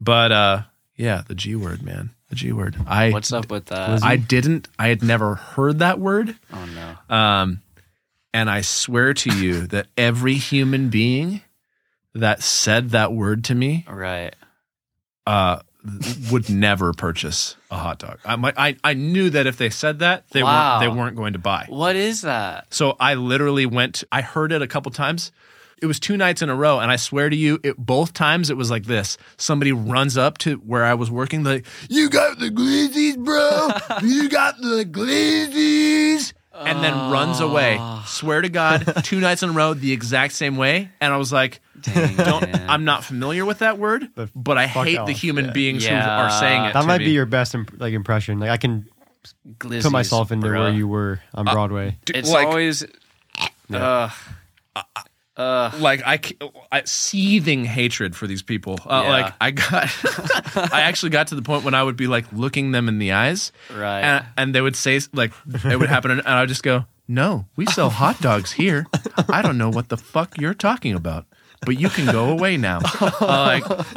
[SPEAKER 2] but uh, yeah, the G word, man, the G word. I
[SPEAKER 1] what's up with that?
[SPEAKER 2] I didn't. I had never heard that word.
[SPEAKER 1] oh no.
[SPEAKER 2] Um, and I swear to
[SPEAKER 1] <laughs>
[SPEAKER 2] you that every human being that said that word to me
[SPEAKER 1] Right.
[SPEAKER 2] uh, would never purchase a hot dog. I, my, I I knew that if they said that, they
[SPEAKER 1] Wow.
[SPEAKER 2] weren't they weren't going to buy.
[SPEAKER 1] What is that?
[SPEAKER 2] So I literally went. I heard it a couple times. It was two nights in a row, and I swear to you, it both times it was like this. Somebody runs up to where I was working, like, "You got the glizzies,
[SPEAKER 1] <laughs>
[SPEAKER 2] bro! you got the glizzies!" And then runs away.
[SPEAKER 1] Ah.
[SPEAKER 2] Swear
[SPEAKER 1] <laughs>
[SPEAKER 2] to God, two nights in a row, the exact same way. And I was like,
[SPEAKER 1] Dang,
[SPEAKER 2] "Don't."
[SPEAKER 1] man.
[SPEAKER 2] I'm not familiar with that word,
[SPEAKER 3] But
[SPEAKER 2] but I
[SPEAKER 3] fuck
[SPEAKER 2] hate
[SPEAKER 3] off,
[SPEAKER 2] the human
[SPEAKER 3] yeah.
[SPEAKER 2] beings who
[SPEAKER 1] Yeah.
[SPEAKER 2] are saying it.
[SPEAKER 3] That
[SPEAKER 2] to
[SPEAKER 3] might
[SPEAKER 2] me.
[SPEAKER 3] be your best imp- like impression. Like I can
[SPEAKER 1] Glizzies,
[SPEAKER 3] put myself into
[SPEAKER 1] bruh. Uh,
[SPEAKER 3] where you were on Broadway.
[SPEAKER 2] Dude,
[SPEAKER 1] It's
[SPEAKER 2] like-
[SPEAKER 1] always. Ugh.
[SPEAKER 2] like I, c- I- seething hatred for these people. Uh,
[SPEAKER 1] Yeah.
[SPEAKER 2] Like I got, <laughs> I actually got to the point when I would be like looking them in the eyes,
[SPEAKER 1] Right.
[SPEAKER 2] And, and they would say s- like it would happen, and I would just go, "No, we sell hot dogs here. I don't know what the fuck you're talking about." But you can go away
[SPEAKER 3] <laughs>
[SPEAKER 2] now. Uh, like, uh, like,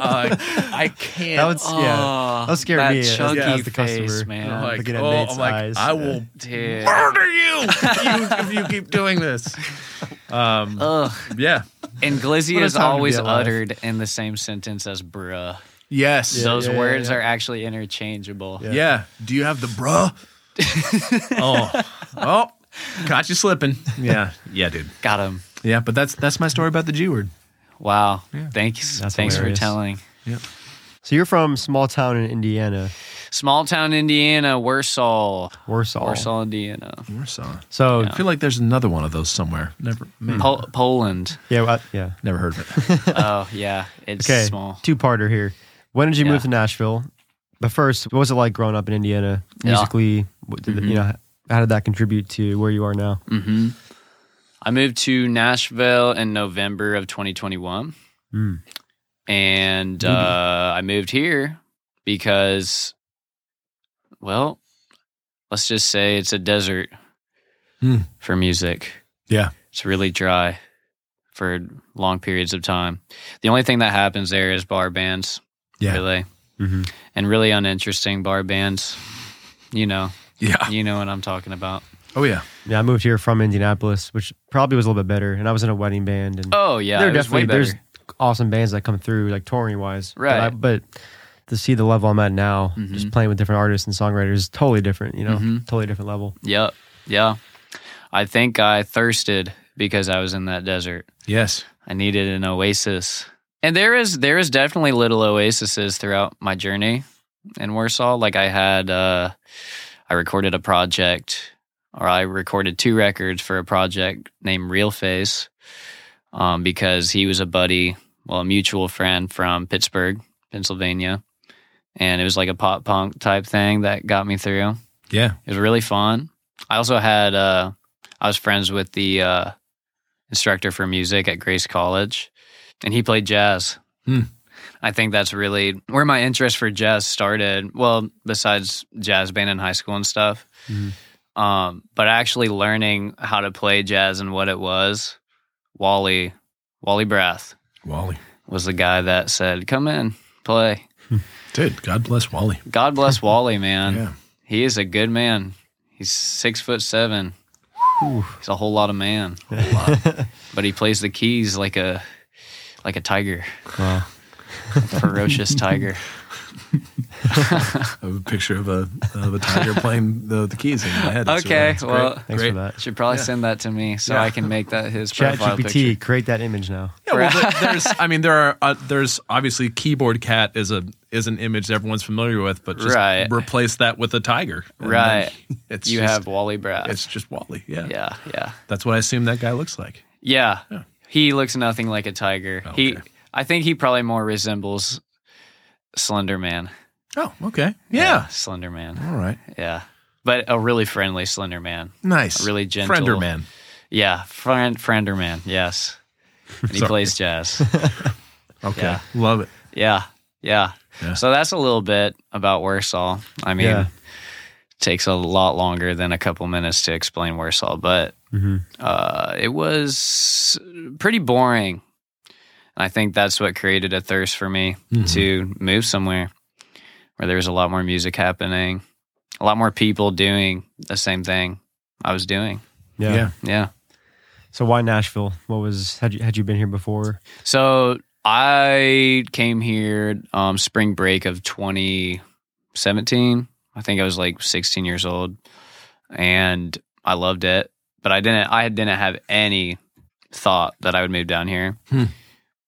[SPEAKER 2] I can't. uh,
[SPEAKER 3] that would yeah.
[SPEAKER 1] Oh,
[SPEAKER 3] That scared
[SPEAKER 1] that
[SPEAKER 3] me as,
[SPEAKER 1] chunky
[SPEAKER 3] as the
[SPEAKER 1] face,
[SPEAKER 3] customer.
[SPEAKER 1] man.
[SPEAKER 2] like,
[SPEAKER 3] Looking at
[SPEAKER 2] oh,
[SPEAKER 3] Nate's
[SPEAKER 2] I'm like,
[SPEAKER 3] eyes.
[SPEAKER 2] I
[SPEAKER 3] Yeah.
[SPEAKER 2] will <laughs>
[SPEAKER 1] Dude.
[SPEAKER 2] murder you if you, if you keep doing
[SPEAKER 3] <laughs>
[SPEAKER 2] this. Um,
[SPEAKER 1] Ugh.
[SPEAKER 2] yeah.
[SPEAKER 1] And glizzy
[SPEAKER 3] What a
[SPEAKER 1] is
[SPEAKER 3] time to be
[SPEAKER 1] always
[SPEAKER 3] alive.
[SPEAKER 1] uttered in the same sentence as bruh.
[SPEAKER 2] Yes.
[SPEAKER 3] Yeah,
[SPEAKER 1] Those
[SPEAKER 3] yeah, yeah,
[SPEAKER 1] words
[SPEAKER 3] yeah.
[SPEAKER 1] are actually interchangeable.
[SPEAKER 3] Yeah.
[SPEAKER 2] Yeah. Do you have the <laughs> bruh? oh. Oh. Caught you slipping. Yeah. Yeah, dude.
[SPEAKER 1] Got him.
[SPEAKER 2] Yeah, but that's that's my story about the G word.
[SPEAKER 1] Wow. Thanks.
[SPEAKER 3] That's
[SPEAKER 1] Thanks
[SPEAKER 3] hilarious.
[SPEAKER 1] for telling.
[SPEAKER 3] So you're from small town in Indiana,
[SPEAKER 1] Small town Indiana, Warsaw.
[SPEAKER 3] Warsaw.
[SPEAKER 1] Warsaw, Indiana.
[SPEAKER 2] Warsaw.
[SPEAKER 3] So
[SPEAKER 2] I feel like there's another one of those somewhere. Never
[SPEAKER 3] Hmm.
[SPEAKER 2] maybe,
[SPEAKER 1] Pol- Poland.
[SPEAKER 3] <laughs> yeah, well, yeah.
[SPEAKER 2] never heard of it.
[SPEAKER 1] oh, yeah. It's
[SPEAKER 3] Okay,
[SPEAKER 1] small.
[SPEAKER 3] two-parter here. When did you
[SPEAKER 1] Yeah.
[SPEAKER 3] move to Nashville? But first, what was it like growing up in Indiana
[SPEAKER 1] Yeah. Mm-hmm.
[SPEAKER 3] musically? What did you know? How did that contribute to where you are now?
[SPEAKER 1] hmm I moved to Nashville in November of 2021.
[SPEAKER 3] Mm.
[SPEAKER 1] And uh, I moved here because, well, let's just say it's a desert
[SPEAKER 2] Hmm.
[SPEAKER 1] for music.
[SPEAKER 2] Yeah.
[SPEAKER 1] It's really dry for long periods of time. The only thing that happens there is bar bands,
[SPEAKER 2] Yeah.
[SPEAKER 1] really,
[SPEAKER 3] Mm-hmm.
[SPEAKER 1] and really uninteresting bar bands. You know,
[SPEAKER 2] <laughs> Yeah.
[SPEAKER 1] you know what I'm talking about.
[SPEAKER 2] Oh yeah.
[SPEAKER 3] Yeah, I moved here from Indianapolis, which probably was a little bit better. And I was in a wedding band, and
[SPEAKER 1] Oh yeah,
[SPEAKER 3] there
[SPEAKER 1] it was way
[SPEAKER 3] definitely there's
[SPEAKER 1] better.
[SPEAKER 3] awesome bands that come through, like touring wise, But, I,
[SPEAKER 1] Right. Mm-hmm.
[SPEAKER 3] but to see the level I'm at now, just playing with different artists and songwriters, is totally different. You know,
[SPEAKER 1] Mhm.
[SPEAKER 3] totally different level.
[SPEAKER 1] Yep. Yeah. I think I thirsted because I was in that desert.
[SPEAKER 2] Yes.
[SPEAKER 1] I needed an oasis. And there is there is definitely little oases throughout my journey in Warsaw. Like I had uh I recorded a project or I recorded two records for a project named Real Face um, because he was a buddy, well, a mutual friend from Pittsburgh, Pennsylvania. And it was like a pop punk type thing that got me through.
[SPEAKER 2] Yeah.
[SPEAKER 1] It was really fun. I also had uh, I was friends with the uh, instructor for music at Grace College, and he played jazz.
[SPEAKER 2] Hmm.
[SPEAKER 1] I think that's really where my interest for jazz started. Well, besides jazz band in high school and stuff,
[SPEAKER 3] Mhm.
[SPEAKER 1] um, but actually learning how to play jazz and what it was. Wally, Wally Brath
[SPEAKER 2] Wally.
[SPEAKER 1] was the guy that said, "Come in, play."
[SPEAKER 2] Dude, God bless Wally.
[SPEAKER 1] God
[SPEAKER 2] <laughs>
[SPEAKER 1] bless Wally, man.
[SPEAKER 2] Yeah.
[SPEAKER 1] He is a good man. He's six foot seven. He's a whole lot of man. <laughs> but he plays the keys like a like a tiger,
[SPEAKER 3] Wow.
[SPEAKER 2] <laughs>
[SPEAKER 1] ferocious tiger.
[SPEAKER 2] I have a picture of a of a tiger playing the, the keys in my head. It's
[SPEAKER 1] Okay,
[SPEAKER 2] it's
[SPEAKER 1] well-
[SPEAKER 3] Thanks
[SPEAKER 2] great.
[SPEAKER 3] for that.
[SPEAKER 1] Should probably send that to me so
[SPEAKER 2] Yeah.
[SPEAKER 1] I can make that
[SPEAKER 2] <laughs>
[SPEAKER 1] his
[SPEAKER 3] Chat
[SPEAKER 1] profile picture.
[SPEAKER 3] GPT, create that image now.
[SPEAKER 2] Yeah, well, there- there's. I mean, there are. Uh, there's obviously keyboard cat is a is an image everyone's familiar with, but just
[SPEAKER 1] Right.
[SPEAKER 2] replace that with a tiger. And then
[SPEAKER 1] Right.
[SPEAKER 2] <laughs> It's
[SPEAKER 1] You
[SPEAKER 2] just,
[SPEAKER 1] have Wally Brath.
[SPEAKER 2] It's just Wally. Yeah.
[SPEAKER 1] yeah, yeah.
[SPEAKER 2] That's what I assume that guy looks like.
[SPEAKER 1] Yeah.
[SPEAKER 2] Yeah. Oh,
[SPEAKER 1] He looks nothing like a tiger. He
[SPEAKER 2] Okay.
[SPEAKER 1] I think he probably more resembles Slender Man.
[SPEAKER 2] Oh, okay. Yeah.
[SPEAKER 1] Slender Man.
[SPEAKER 2] All right.
[SPEAKER 1] Yeah. But a really friendly Slender Man.
[SPEAKER 2] Nice.
[SPEAKER 1] Really gentle.
[SPEAKER 2] Friender man.
[SPEAKER 1] Yeah, friend, frienderman. Yes, and he
[SPEAKER 2] <laughs> Sorry.
[SPEAKER 1] plays jazz.
[SPEAKER 2] Okay.
[SPEAKER 1] Yeah.
[SPEAKER 2] Love it.
[SPEAKER 1] yeah, yeah,
[SPEAKER 2] Yeah.
[SPEAKER 1] So that's a little bit about Warsaw. I mean,
[SPEAKER 3] Yeah.
[SPEAKER 1] takes a lot longer than a couple minutes to explain Warsaw, but
[SPEAKER 2] Mm-hmm.
[SPEAKER 3] Mhm.
[SPEAKER 1] uh, it was pretty boring. And I think that's what created a thirst for me
[SPEAKER 2] Mhm.
[SPEAKER 1] to move somewhere where there was a lot more music happening, a lot more people doing the same thing I was doing.
[SPEAKER 3] Yeah.
[SPEAKER 2] Yeah.
[SPEAKER 1] Yeah.
[SPEAKER 3] So why Nashville? What was had you had you been here before?
[SPEAKER 1] So I came here um, spring break of 2017. I think I was like 16 years old, and I loved it. But I didn't. I didn't have any thought that I would move down here
[SPEAKER 2] Hmm.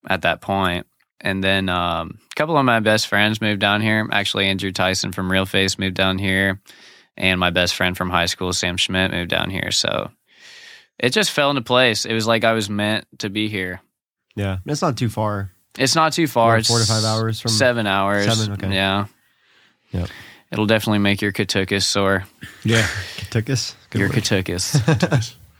[SPEAKER 1] at that point. And then um, a couple of my best friends moved down here. Actually, Andrew Tyson from Real Face moved down here, and my best friend from high school, Sam Schmidt, moved down here. So it just fell into place. It was like I was meant to be here.
[SPEAKER 3] Yeah, it's not too far.
[SPEAKER 1] It's not too far.
[SPEAKER 3] Like four to
[SPEAKER 1] It's
[SPEAKER 3] five hours from-
[SPEAKER 1] seven hours.
[SPEAKER 3] Seven, okay.
[SPEAKER 1] Yeah.
[SPEAKER 3] Yep.
[SPEAKER 1] It'll definitely make your Katukas sore.
[SPEAKER 2] Yeah.
[SPEAKER 3] Katukis.
[SPEAKER 1] your
[SPEAKER 3] <laughs>
[SPEAKER 1] Katukas.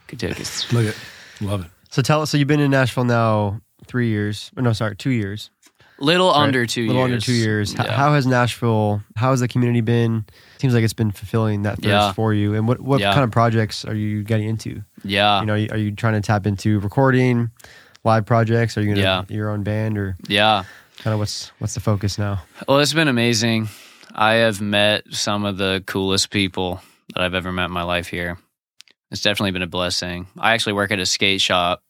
[SPEAKER 1] Katukas.
[SPEAKER 2] Look it. Love it.
[SPEAKER 3] So tell us. So you've been in Nashville now three years. Or no, sorry, two years.
[SPEAKER 1] Little under two
[SPEAKER 3] little
[SPEAKER 1] years.
[SPEAKER 3] under two years. H-
[SPEAKER 1] Yeah.
[SPEAKER 3] How has Nashville? How has the community been? Seems like it's been fulfilling that thirst
[SPEAKER 1] Yeah.
[SPEAKER 3] for you. And what what
[SPEAKER 1] Yeah. Uh.
[SPEAKER 3] kind of projects are you getting into?
[SPEAKER 1] yeah.
[SPEAKER 3] you know, are you, are you trying to tap into recording, live projects? Are you gonna
[SPEAKER 1] Yeah.
[SPEAKER 3] your own band or
[SPEAKER 1] yeah.
[SPEAKER 3] kind of what's what's the focus now?
[SPEAKER 1] Well, it's been amazing. I have met some of the coolest people that I've ever met in my life here. It's definitely been a blessing. I actually work at a skate shop,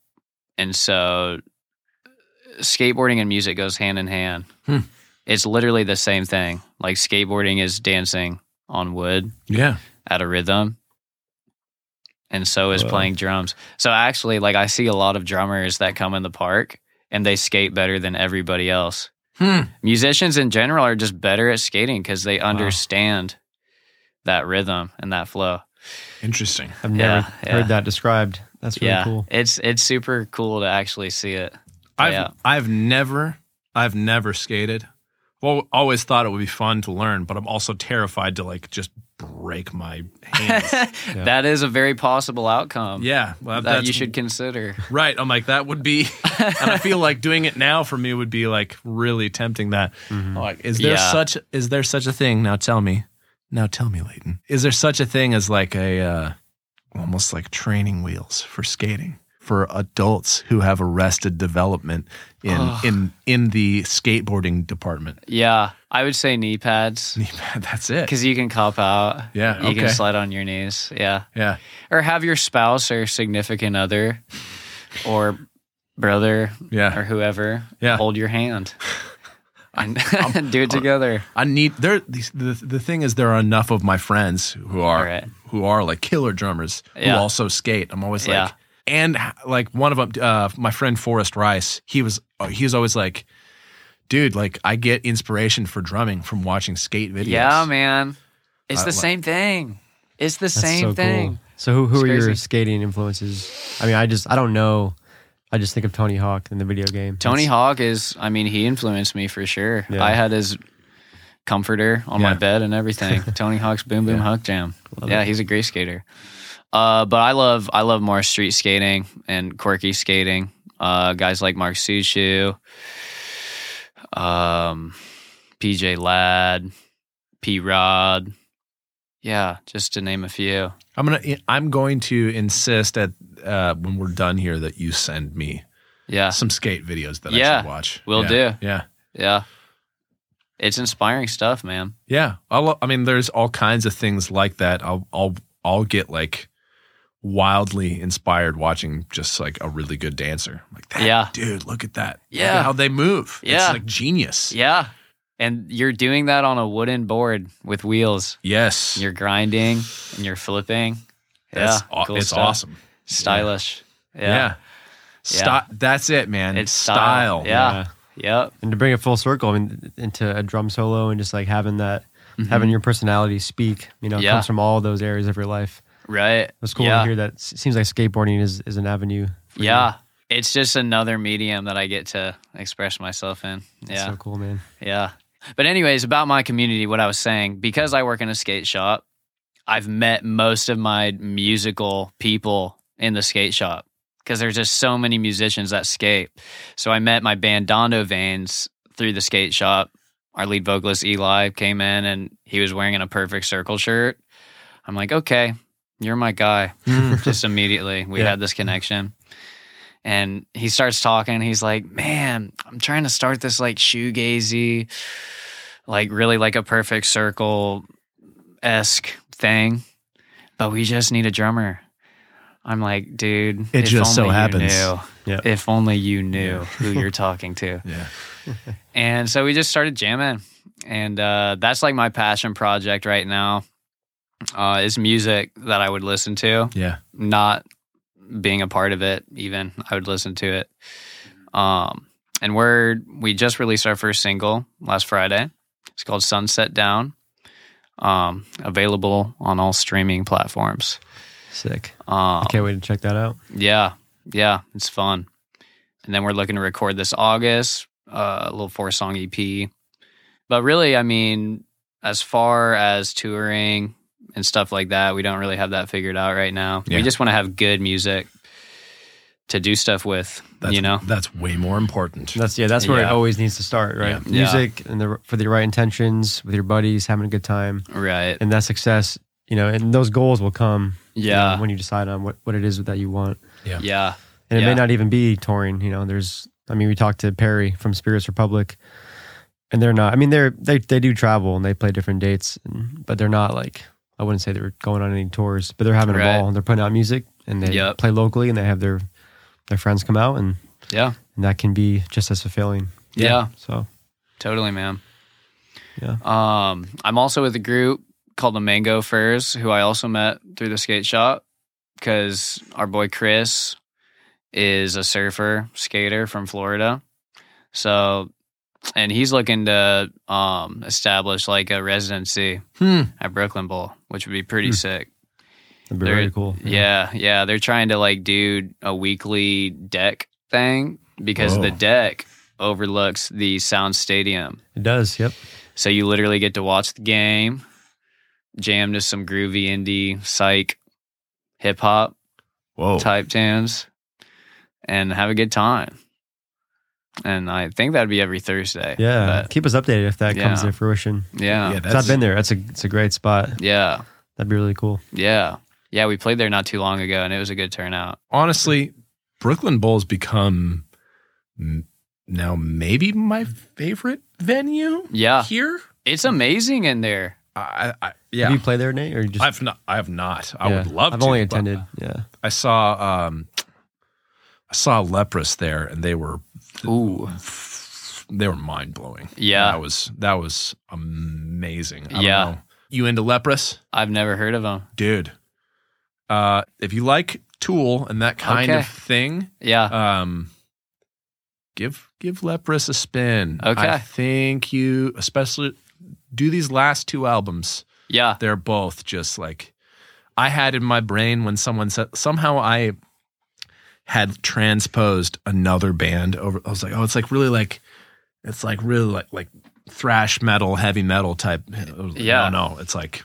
[SPEAKER 1] and so skateboarding and music goes hand in hand.
[SPEAKER 2] Hmm.
[SPEAKER 1] It's literally the same thing. Like skateboarding is dancing on wood
[SPEAKER 2] Yeah.
[SPEAKER 1] at a rhythm, and so is
[SPEAKER 3] Wow.
[SPEAKER 1] playing drums. So actually, like I see a lot of drummers that come in the park and they skate better than everybody else
[SPEAKER 2] Hmm.
[SPEAKER 1] musicians in general are just better at skating because they understand that rhythm and that flow.
[SPEAKER 2] Interesting.
[SPEAKER 3] I've never
[SPEAKER 1] Yeah, yeah.
[SPEAKER 3] heard that described. That's really
[SPEAKER 1] yeah,
[SPEAKER 3] cool.
[SPEAKER 1] it's it's super cool to actually see it.
[SPEAKER 2] I've
[SPEAKER 1] Yeah.
[SPEAKER 2] I've never I've never skated. Well, always thought it would be fun to learn, but I'm also terrified to like just break my hands.
[SPEAKER 1] <laughs> That is a very possible outcome.
[SPEAKER 2] yeah, well,
[SPEAKER 1] that you should consider.
[SPEAKER 2] Right. I'm like that would be, and I feel like doing it now for me would be like really tempting. That like is there
[SPEAKER 1] Yeah.
[SPEAKER 2] such is there such a thing? Now tell me, now tell me, Leighton, is there such a thing as like a uh, almost like training wheels for skating? For adults who have arrested development in in in the skateboarding department, <laughs>
[SPEAKER 1] Yeah, I would say knee pads
[SPEAKER 2] that's it.
[SPEAKER 1] because you can cop out.
[SPEAKER 2] Yeah,
[SPEAKER 1] you can
[SPEAKER 2] okay.
[SPEAKER 1] slide on your knees. Yeah,
[SPEAKER 2] Yeah,
[SPEAKER 1] or have your spouse or significant other or brother
[SPEAKER 2] Yeah.
[SPEAKER 1] or whoever
[SPEAKER 2] Yeah.
[SPEAKER 1] hold your hand and <laughs> do it together.
[SPEAKER 2] I need there. these- The, the thing is, there are enough of my friends who are
[SPEAKER 1] Right.
[SPEAKER 2] who are like killer drummers
[SPEAKER 1] Yeah.
[SPEAKER 2] who also skate. I'm always like,
[SPEAKER 1] Yeah.
[SPEAKER 2] and like one of them, uh, my friend Forrest Rice. He was uh, he was always like, dude, like I get inspiration for drumming from watching skate videos.
[SPEAKER 1] Yeah, man. It's
[SPEAKER 2] I
[SPEAKER 1] the
[SPEAKER 2] like-
[SPEAKER 1] same thing. It's the
[SPEAKER 3] That's
[SPEAKER 1] same
[SPEAKER 3] so
[SPEAKER 1] thing.
[SPEAKER 3] Cool. So who who
[SPEAKER 1] It's
[SPEAKER 3] are your
[SPEAKER 1] crazy.
[SPEAKER 3] skating influences? I mean, I just I don't know. I just think of Tony Hawk in the video game.
[SPEAKER 1] Tony
[SPEAKER 3] That's-
[SPEAKER 1] Hawk is, I mean, he influenced me for sure.
[SPEAKER 3] Yeah.
[SPEAKER 1] I had his comforter on my
[SPEAKER 2] Yeah.
[SPEAKER 1] bed and everything. Tony Hawk's Boom Boom Hawk Jam. yeah, he's a great skater. Uh, but I love I love more street skating and quirky skating. Uh, guys like Mark Suchu, um, PJ Ladd, P Rod, yeah, just to name a few.
[SPEAKER 2] I'm gonna. eh, I'm going to insist at uh, when we're done here that you send me
[SPEAKER 1] Yeah,
[SPEAKER 2] some skate videos that I
[SPEAKER 1] Yeah,
[SPEAKER 2] should watch.
[SPEAKER 1] will
[SPEAKER 2] Yeah,
[SPEAKER 1] do.
[SPEAKER 2] Yeah,
[SPEAKER 1] yeah, it's inspiring stuff, man.
[SPEAKER 2] yeah. I'll, I mean, there's all kinds of things like that. I'll, I'll, I'll get like wildly inspired watching just like a really good dancer. I'm like that,
[SPEAKER 1] Yeah.
[SPEAKER 2] dude. Look at that. Look at
[SPEAKER 1] Yeah.
[SPEAKER 2] how they move.
[SPEAKER 1] Yeah.
[SPEAKER 2] it's like genius.
[SPEAKER 1] Yeah, and you're doing that on a wooden board with wheels.
[SPEAKER 2] Yes,
[SPEAKER 1] You're grinding and you're flipping.
[SPEAKER 2] That's
[SPEAKER 1] yeah,
[SPEAKER 2] aw-
[SPEAKER 1] cool
[SPEAKER 2] it's
[SPEAKER 1] stuff.
[SPEAKER 2] awesome.
[SPEAKER 1] Stylish. Yeah.
[SPEAKER 2] Yeah. Sty- That's it, man.
[SPEAKER 1] It's style. Yeah. Yep.
[SPEAKER 3] And to bring it full circle, I mean, into a drum solo and just like having that, having your personality speak, you know, it
[SPEAKER 1] Mm-hmm. Yeah.
[SPEAKER 3] comes from all those areas of your life.
[SPEAKER 1] Right.
[SPEAKER 3] It's cool
[SPEAKER 1] yeah.
[SPEAKER 3] to hear that. s- Seems like skateboarding is, is an avenue. for you.
[SPEAKER 1] Yeah. It's just another medium that I get to express myself in.
[SPEAKER 3] It's
[SPEAKER 1] Yeah.
[SPEAKER 3] so cool, man.
[SPEAKER 1] Yeah. But anyways, about my community, what I was saying, because I work in a skate shop, I've met most of my musical people in the skate shop because there's just so many musicians that skate. So I met my band Dondo Vans through the skate shop. Our lead vocalist Eli came in and he was wearing a perfect circle shirt. I'm like, okay, you're my guy.
[SPEAKER 2] Hmm.
[SPEAKER 1] <laughs> just immediately, we
[SPEAKER 3] Yeah.
[SPEAKER 1] had this connection. And he starts talking. He's like, man, I'm trying to start this like shoegazy, like really like a perfect circle esque thing, but we just need a drummer. I'm like, dude, if
[SPEAKER 2] It just so
[SPEAKER 1] only you
[SPEAKER 2] happens.
[SPEAKER 1] knew.
[SPEAKER 3] Yeah.
[SPEAKER 1] If only you knew who you're talking to.
[SPEAKER 2] Yeah.
[SPEAKER 1] And so we just started jamming. And uh, that's like my passion project right now uh, is music that I would listen to,
[SPEAKER 2] Yeah.
[SPEAKER 1] not being a part of it, even. I would listen to it. Um, and we're, we just released our first single last Friday. It's called Sunset Down, um, available on all streaming platforms.
[SPEAKER 3] Sick.
[SPEAKER 1] Um,
[SPEAKER 3] I can't wait to check that out.
[SPEAKER 1] yeah, yeah, it's fun. And then we're looking to record this August, uh, a little four song EP. But really, I mean, as far as touring and stuff like that, we don't really have that figured out right now.
[SPEAKER 2] Yeah.
[SPEAKER 1] We just want to have good music to do stuff with,
[SPEAKER 2] That's,
[SPEAKER 1] you know?
[SPEAKER 2] that's way more important.
[SPEAKER 3] That's yeah. That's where it
[SPEAKER 1] Yeah.
[SPEAKER 3] always needs to start, right?
[SPEAKER 2] Yeah.
[SPEAKER 1] Yeah.
[SPEAKER 3] Music and the for the right intentions with your buddies, having a good time,
[SPEAKER 1] Right.
[SPEAKER 3] and that success, you know, and those goals will come. you
[SPEAKER 1] Yeah.
[SPEAKER 3] know, when you decide on what what it is that you want,
[SPEAKER 1] Yeah.
[SPEAKER 3] and it
[SPEAKER 1] Yeah.
[SPEAKER 3] may not even be touring. You know, there's. I mean, we talked to Perry from Spirits Republic, and they're not. I mean, they're they they do travel and they play different dates, and, but they're not like I wouldn't say they're going on any tours, but they're having
[SPEAKER 1] Right.
[SPEAKER 3] a ball. They're putting out music and they
[SPEAKER 1] Yep.
[SPEAKER 3] play locally, and they have their their friends come out, and,
[SPEAKER 1] Yeah.
[SPEAKER 3] and that can be just as fulfilling.
[SPEAKER 1] Yeah.
[SPEAKER 3] So
[SPEAKER 1] Totally, man.
[SPEAKER 3] Yeah.
[SPEAKER 1] Um, I'm also with a group called the Mango Furs, who I also met through the skate shop because our boy Chris is a surfer skater from Florida. So, and he's looking to um, establish like a residency
[SPEAKER 2] Hmm.
[SPEAKER 1] at Brooklyn Bowl, which would be pretty
[SPEAKER 3] Hmm.
[SPEAKER 1] sick.
[SPEAKER 3] that'd be
[SPEAKER 1] They're-
[SPEAKER 3] really cool.
[SPEAKER 1] Yeah, yeah, they're trying to like do a weekly deck thing because
[SPEAKER 2] Whoa.
[SPEAKER 1] the deck overlooks the Sound Stadium.
[SPEAKER 3] It does. Yep.
[SPEAKER 1] So you literally get to watch the game, jam to some groovy indie psych hip hop
[SPEAKER 2] Whoa.
[SPEAKER 1] type tunes, and have a good time. And I think that'd be every Thursday.
[SPEAKER 3] Yeah. Keep us updated if that comes
[SPEAKER 1] Yeah.
[SPEAKER 3] to fruition.
[SPEAKER 1] But yeah.
[SPEAKER 2] Yeah,
[SPEAKER 1] Yeah.
[SPEAKER 3] That's, I've
[SPEAKER 2] that's
[SPEAKER 3] been there. That's a it's a great spot.
[SPEAKER 1] Yeah.
[SPEAKER 3] That'd be really cool.
[SPEAKER 1] Yeah. we played there not too long ago and it was a good turnout.
[SPEAKER 2] honestly, Brooklyn Bowl's become m- now maybe my favorite venue
[SPEAKER 3] Ah.
[SPEAKER 1] Yeah.
[SPEAKER 2] here.
[SPEAKER 1] It's amazing in there.
[SPEAKER 2] I, I
[SPEAKER 3] Have
[SPEAKER 2] yeah.
[SPEAKER 3] you play there, Nate, or you just?
[SPEAKER 2] I've not. I have not. I would
[SPEAKER 3] Yeah.
[SPEAKER 2] love.
[SPEAKER 3] I've
[SPEAKER 2] to,
[SPEAKER 3] only
[SPEAKER 2] but
[SPEAKER 3] attended. Yeah.
[SPEAKER 2] I saw. Um, I saw Leprous there, and they were
[SPEAKER 1] Ooh.
[SPEAKER 2] they were mind blowing.
[SPEAKER 1] Yeah.
[SPEAKER 2] that was that was amazing. I don't
[SPEAKER 1] Yeah.
[SPEAKER 2] know. you into Leprous?
[SPEAKER 1] I've never heard of them.
[SPEAKER 2] dude. Uh, if you like Tool and that kind
[SPEAKER 1] Okay.
[SPEAKER 2] of thing,
[SPEAKER 1] Yeah.
[SPEAKER 2] um, give give Leprous a spin.
[SPEAKER 1] Okay.
[SPEAKER 2] I think you especially do these last two albums.
[SPEAKER 1] Yeah.
[SPEAKER 2] They're both just like I had in my brain when someone said somehow I had transposed another band over. I was like, oh, it's like really like it's like really like like thrash metal, heavy metal type.
[SPEAKER 1] Yeah.
[SPEAKER 2] no, no, it's like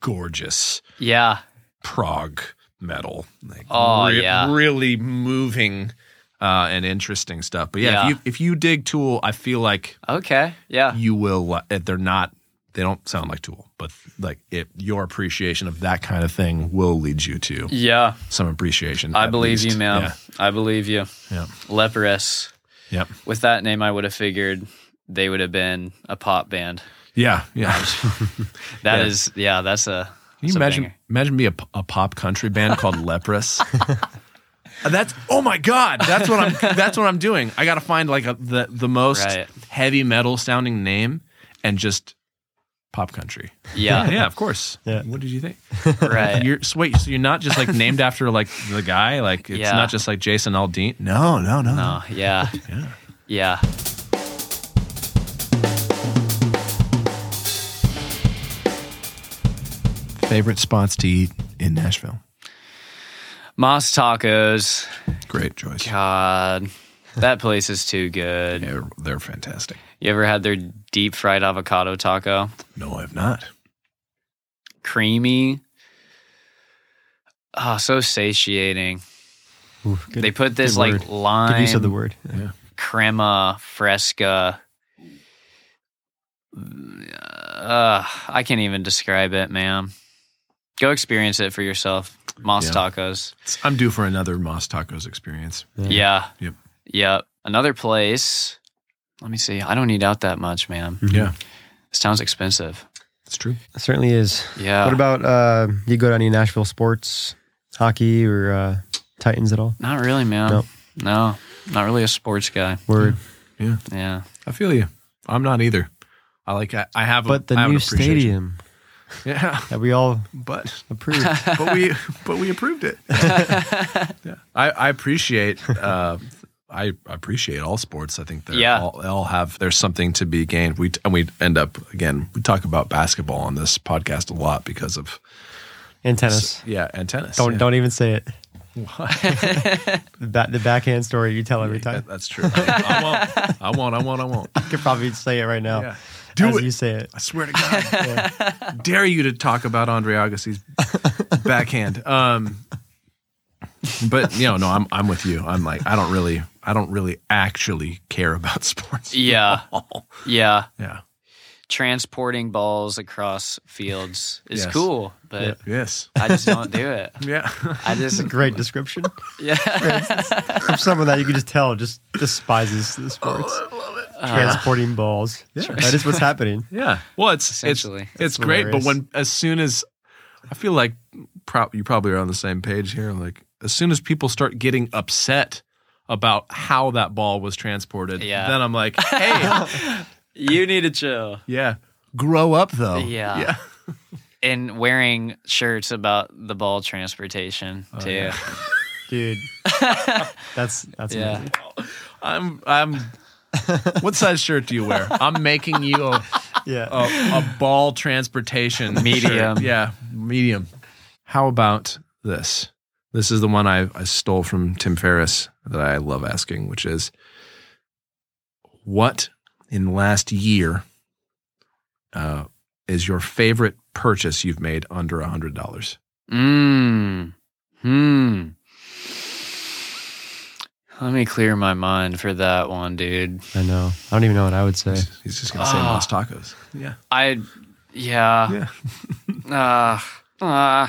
[SPEAKER 2] gorgeous
[SPEAKER 1] Yeah.
[SPEAKER 2] prog metal. Like
[SPEAKER 1] Oh, yeah.
[SPEAKER 2] really moving uh, and interesting stuff. But yeah,
[SPEAKER 1] Yeah.
[SPEAKER 2] If, you, if you dig Tool, I feel like
[SPEAKER 1] Okay. Yeah.
[SPEAKER 2] you will. li- if They're not. They don't sound like Tool, but like it, your appreciation of that kind of thing will lead you to
[SPEAKER 1] Yeah.
[SPEAKER 2] some appreciation.
[SPEAKER 1] I
[SPEAKER 2] at
[SPEAKER 1] believe
[SPEAKER 2] least.
[SPEAKER 1] you, man. I believe you.
[SPEAKER 2] Yeah,
[SPEAKER 1] Leprous.
[SPEAKER 2] yeah, yeah,
[SPEAKER 1] With that name, I would have figured they would have been a pop band.
[SPEAKER 2] yeah. yeah.
[SPEAKER 1] That
[SPEAKER 2] Yeah.
[SPEAKER 1] is, yeah. that's a.
[SPEAKER 2] Can
[SPEAKER 1] that's
[SPEAKER 2] you
[SPEAKER 1] a
[SPEAKER 2] imagine
[SPEAKER 1] banger.
[SPEAKER 2] imagine be a, p- a pop country band called <laughs> Leprous? that's oh my god, that's what I'm that's what I'm doing. I got to find like a, the the most
[SPEAKER 1] Right.
[SPEAKER 2] heavy metal sounding name and just pop country.
[SPEAKER 3] <laughs>
[SPEAKER 1] Yeah.
[SPEAKER 2] yeah, of course.
[SPEAKER 3] Yeah.
[SPEAKER 2] What did you think?
[SPEAKER 1] Right.
[SPEAKER 2] You're so wait, so you're not just like
[SPEAKER 3] <laughs>
[SPEAKER 2] named after like the guy, like it's
[SPEAKER 1] Yeah.
[SPEAKER 2] not just like Jason Aldean. No, no, no.
[SPEAKER 1] No, Uh, yeah.
[SPEAKER 2] Yeah.
[SPEAKER 1] Yeah.
[SPEAKER 2] Favorite spots to eat in Nashville.
[SPEAKER 1] Moss Tacos.
[SPEAKER 2] Great choice.
[SPEAKER 1] God. That place is too good.
[SPEAKER 2] They're, they're fantastic.
[SPEAKER 1] You ever had their deep fried avocado taco?
[SPEAKER 2] No, I've not.
[SPEAKER 1] Creamy. Oh, so satiating.
[SPEAKER 3] Oof, good-
[SPEAKER 1] they put this
[SPEAKER 3] good
[SPEAKER 1] like
[SPEAKER 3] word. Good
[SPEAKER 1] lime
[SPEAKER 3] use of the word.
[SPEAKER 1] crema fresca. Uh, I can't even describe it, man. Go experience it for yourself. Moss
[SPEAKER 2] Yeah.
[SPEAKER 1] Tacos.
[SPEAKER 2] I'm due for another Moss Tacos experience.
[SPEAKER 1] Yeah.
[SPEAKER 2] Yep.
[SPEAKER 1] Yep. Another place. Let me see. I don't eat out that much, man.
[SPEAKER 2] Yeah,
[SPEAKER 1] This town's expensive.
[SPEAKER 2] Mm-hmm. it's true.
[SPEAKER 3] It certainly is.
[SPEAKER 1] Yeah.
[SPEAKER 3] what about uh, you go to any Nashville sports, hockey or uh, Titans at all?
[SPEAKER 1] Not really, man.
[SPEAKER 3] Nope.
[SPEAKER 1] No. Not really a sports guy.
[SPEAKER 3] Word.
[SPEAKER 2] Mm.
[SPEAKER 1] Yeah.
[SPEAKER 2] I feel you. I'm not either. I like. I, I have.
[SPEAKER 3] But the
[SPEAKER 2] I have an
[SPEAKER 3] new
[SPEAKER 2] appreciation.
[SPEAKER 3] stadium
[SPEAKER 2] <laughs> Yeah,
[SPEAKER 3] that we all
[SPEAKER 2] but <laughs>
[SPEAKER 3] approve.
[SPEAKER 2] but we but we approved it. yeah, I, I appreciate. Uh, I appreciate all sports. I think they're
[SPEAKER 1] Yeah.
[SPEAKER 2] all, they all have there's something to be gained. We and we end up again. We talk about basketball on this podcast a lot because of
[SPEAKER 3] and tennis.
[SPEAKER 2] yeah, and tennis.
[SPEAKER 3] Don't
[SPEAKER 2] yeah.
[SPEAKER 3] don't even say it. the, ba- the backhand story you tell every time.
[SPEAKER 2] That- <laughs> that's true. I won't. I won't. I won't. I won't.
[SPEAKER 3] You could probably say it right now.
[SPEAKER 2] Yeah. Do
[SPEAKER 3] as
[SPEAKER 2] it.
[SPEAKER 3] you say it.
[SPEAKER 2] I swear to <laughs> God, dare you to talk about Andre Agassi's backhand. Um, but you know, no, I'm I'm with you. I'm like I don't really, I don't really actually care about <laughs> sports.
[SPEAKER 1] Yeah. yeah.
[SPEAKER 2] Yeah.
[SPEAKER 1] Transporting balls across fields is
[SPEAKER 2] Yes.
[SPEAKER 1] cool, but
[SPEAKER 2] Yes.
[SPEAKER 1] I just don't do it.
[SPEAKER 2] Yeah. <laughs>
[SPEAKER 1] I just,
[SPEAKER 3] Great description.
[SPEAKER 1] yeah.
[SPEAKER 3] From someone that you can just tell just despises the
[SPEAKER 2] <laughs>
[SPEAKER 3] sports. <laughs> Transporting
[SPEAKER 2] Uh,
[SPEAKER 3] balls.
[SPEAKER 2] Yeah.
[SPEAKER 3] That is what's happening.
[SPEAKER 2] Yeah. Well, it's
[SPEAKER 1] Essentially.
[SPEAKER 2] it's, it's great, but
[SPEAKER 3] hilarious.
[SPEAKER 2] when as soon as I feel like prob- you probably are on the same page here. Like as soon as people start getting upset about how that ball was transported,
[SPEAKER 1] Yeah.
[SPEAKER 2] then
[SPEAKER 1] <laughs>
[SPEAKER 2] I'm like, hey,
[SPEAKER 1] you need to chill.
[SPEAKER 2] yeah, grow up though.
[SPEAKER 1] Yeah.
[SPEAKER 2] Yeah.
[SPEAKER 1] And wearing shirts about the ball transportation, too.
[SPEAKER 2] yeah. <laughs>
[SPEAKER 3] Dude. That's that's
[SPEAKER 1] Yeah.
[SPEAKER 3] amazing.
[SPEAKER 2] I'm I'm what size shirt do you wear? I'm making you a,
[SPEAKER 3] Yeah.
[SPEAKER 2] a, a ball transportation shirt.
[SPEAKER 1] Medium.
[SPEAKER 2] Yeah, medium. How about this? This is the one I, I stole from Tim Ferriss that I love asking, which is what in last year uh, is your favorite purchase you've made under a hundred dollars?
[SPEAKER 1] Mm. Hmm. Let me clear my mind for that one, dude.
[SPEAKER 3] I know. I don't even know what I
[SPEAKER 2] <laughs>
[SPEAKER 3] would say.
[SPEAKER 2] He's just gonna say
[SPEAKER 1] Ah.
[SPEAKER 2] Los Tacos. Yeah.
[SPEAKER 1] I, yeah.
[SPEAKER 2] Yeah.
[SPEAKER 1] Uh, uh,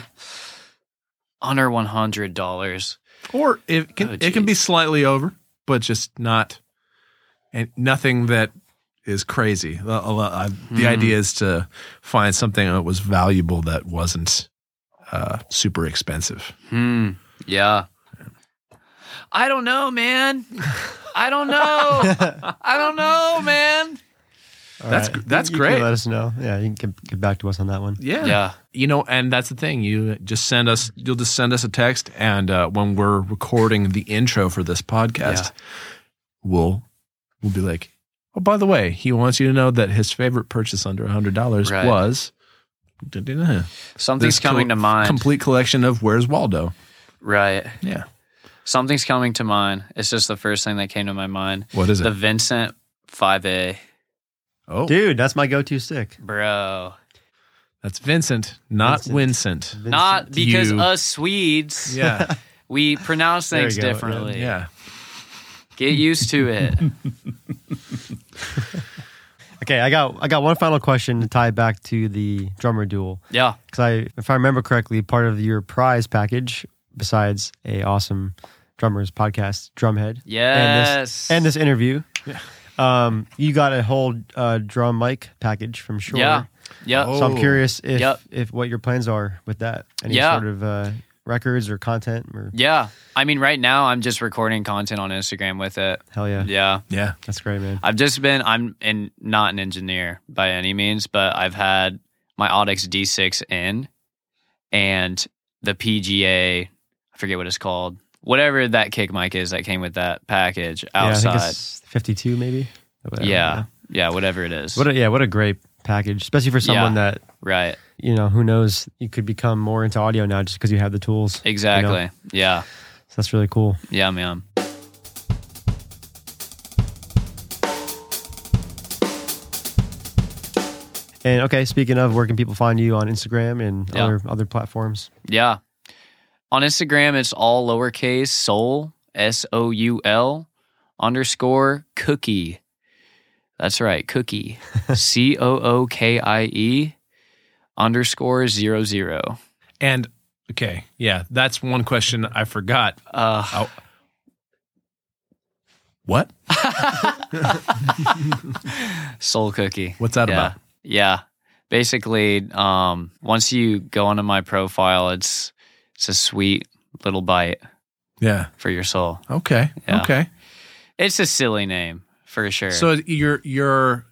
[SPEAKER 1] under one hundred dollars.
[SPEAKER 2] or it can
[SPEAKER 1] Oh,
[SPEAKER 2] it can be
[SPEAKER 1] geez.
[SPEAKER 2] slightly over, but just not and nothing that is crazy. A- a lot- I- The
[SPEAKER 1] Hmm.
[SPEAKER 2] idea is to find something that was valuable that wasn't uh, super expensive.
[SPEAKER 1] Hmm. Yeah. I don't know, man. I don't <laughs> know. I don't know, man.
[SPEAKER 3] All
[SPEAKER 2] That's gr- that's
[SPEAKER 3] You can
[SPEAKER 2] great.
[SPEAKER 3] let us know. Yeah, you can get, get back to us on that one.
[SPEAKER 2] Yeah.
[SPEAKER 1] Yeah.
[SPEAKER 2] You know, and that's the thing. You just send us. You'll just send us a text, and uh, when we're recording the intro for this podcast, we'll we'll be like, "Oh, by the way, he wants you to know that his favorite purchase under a hundred dollars
[SPEAKER 1] Right.
[SPEAKER 2] was."
[SPEAKER 1] Something's
[SPEAKER 2] This
[SPEAKER 1] coming
[SPEAKER 2] col-
[SPEAKER 1] to mind.
[SPEAKER 2] Complete collection of Where's Waldo?
[SPEAKER 1] right.
[SPEAKER 2] Yeah.
[SPEAKER 1] Something's coming to mind. It's just the first thing that came to my mind.
[SPEAKER 2] What is
[SPEAKER 1] The
[SPEAKER 2] it?
[SPEAKER 1] Vincent 5A.
[SPEAKER 2] Oh,
[SPEAKER 3] Dude, that's my go-to stick.
[SPEAKER 1] Bro.
[SPEAKER 5] That's Vincent, not Vincent.
[SPEAKER 1] Not because
[SPEAKER 5] You.
[SPEAKER 1] us Swedes, <laughs>
[SPEAKER 5] Yeah.
[SPEAKER 1] we pronounce
[SPEAKER 3] There you
[SPEAKER 1] things
[SPEAKER 3] go.
[SPEAKER 1] differently.
[SPEAKER 5] yeah.
[SPEAKER 1] Get used to it.
[SPEAKER 3] Okay, I got I got one final question to tie back to the drummer duel
[SPEAKER 1] Yeah.
[SPEAKER 3] because I, if I remember correctly, part of your prize package besides a awesome drummers podcast, Drumhead, and
[SPEAKER 1] Yes.
[SPEAKER 3] this, and this interview, um, you got a whole uh, drum mic package from Shore.
[SPEAKER 1] Yeah. Yeah.
[SPEAKER 2] Oh.
[SPEAKER 3] So I'm curious if
[SPEAKER 1] Uh, Yep.
[SPEAKER 3] if what your plans are with that, any
[SPEAKER 1] Yeah.
[SPEAKER 3] sort of uh, records or content or
[SPEAKER 1] Yeah. I mean, right now I'm just recording content on Instagram with it.
[SPEAKER 3] hell yeah,
[SPEAKER 1] Yeah.
[SPEAKER 2] Yeah.
[SPEAKER 3] that's great, man.
[SPEAKER 1] I've just been I'm and not an engineer by any means, but I've had my Audix D6 in and the PGA, I forget what it's called, whatever that kick mic is that came with that package
[SPEAKER 3] Yeah, I think
[SPEAKER 1] outside.
[SPEAKER 3] it's 52 maybe.
[SPEAKER 1] Yeah,
[SPEAKER 3] Whatever,
[SPEAKER 1] yeah, whatever it is.
[SPEAKER 3] What a, yeah, what a great package, especially for someone
[SPEAKER 1] Yeah.
[SPEAKER 3] that
[SPEAKER 1] right,
[SPEAKER 3] you know who knows you could become more into audio now just because you have the tools.
[SPEAKER 1] exactly. Yeah,
[SPEAKER 3] So that's really cool.
[SPEAKER 1] yeah, man.
[SPEAKER 3] And okay, speaking of, where can people find you on Instagram and
[SPEAKER 1] Yeah.
[SPEAKER 3] other other platforms?
[SPEAKER 1] Yeah. On Instagram, it's all lowercase soul, S O U L underscore cookie. That's right,
[SPEAKER 2] <laughs>
[SPEAKER 1] cookie. C O O K I E underscore zero zero.
[SPEAKER 2] And okay, yeah, that's one question I forgot.
[SPEAKER 1] Uh,
[SPEAKER 2] Oh. What?
[SPEAKER 1] soul cookie.
[SPEAKER 2] What's that
[SPEAKER 1] yeah.
[SPEAKER 2] about?
[SPEAKER 1] Yeah. Basically, um, once you go onto my profile, it's it's a sweet little bite
[SPEAKER 2] Yeah.
[SPEAKER 1] for your soul.
[SPEAKER 2] Okay.
[SPEAKER 1] Yeah.
[SPEAKER 2] Okay.
[SPEAKER 1] It's a silly name for sure.
[SPEAKER 2] So your your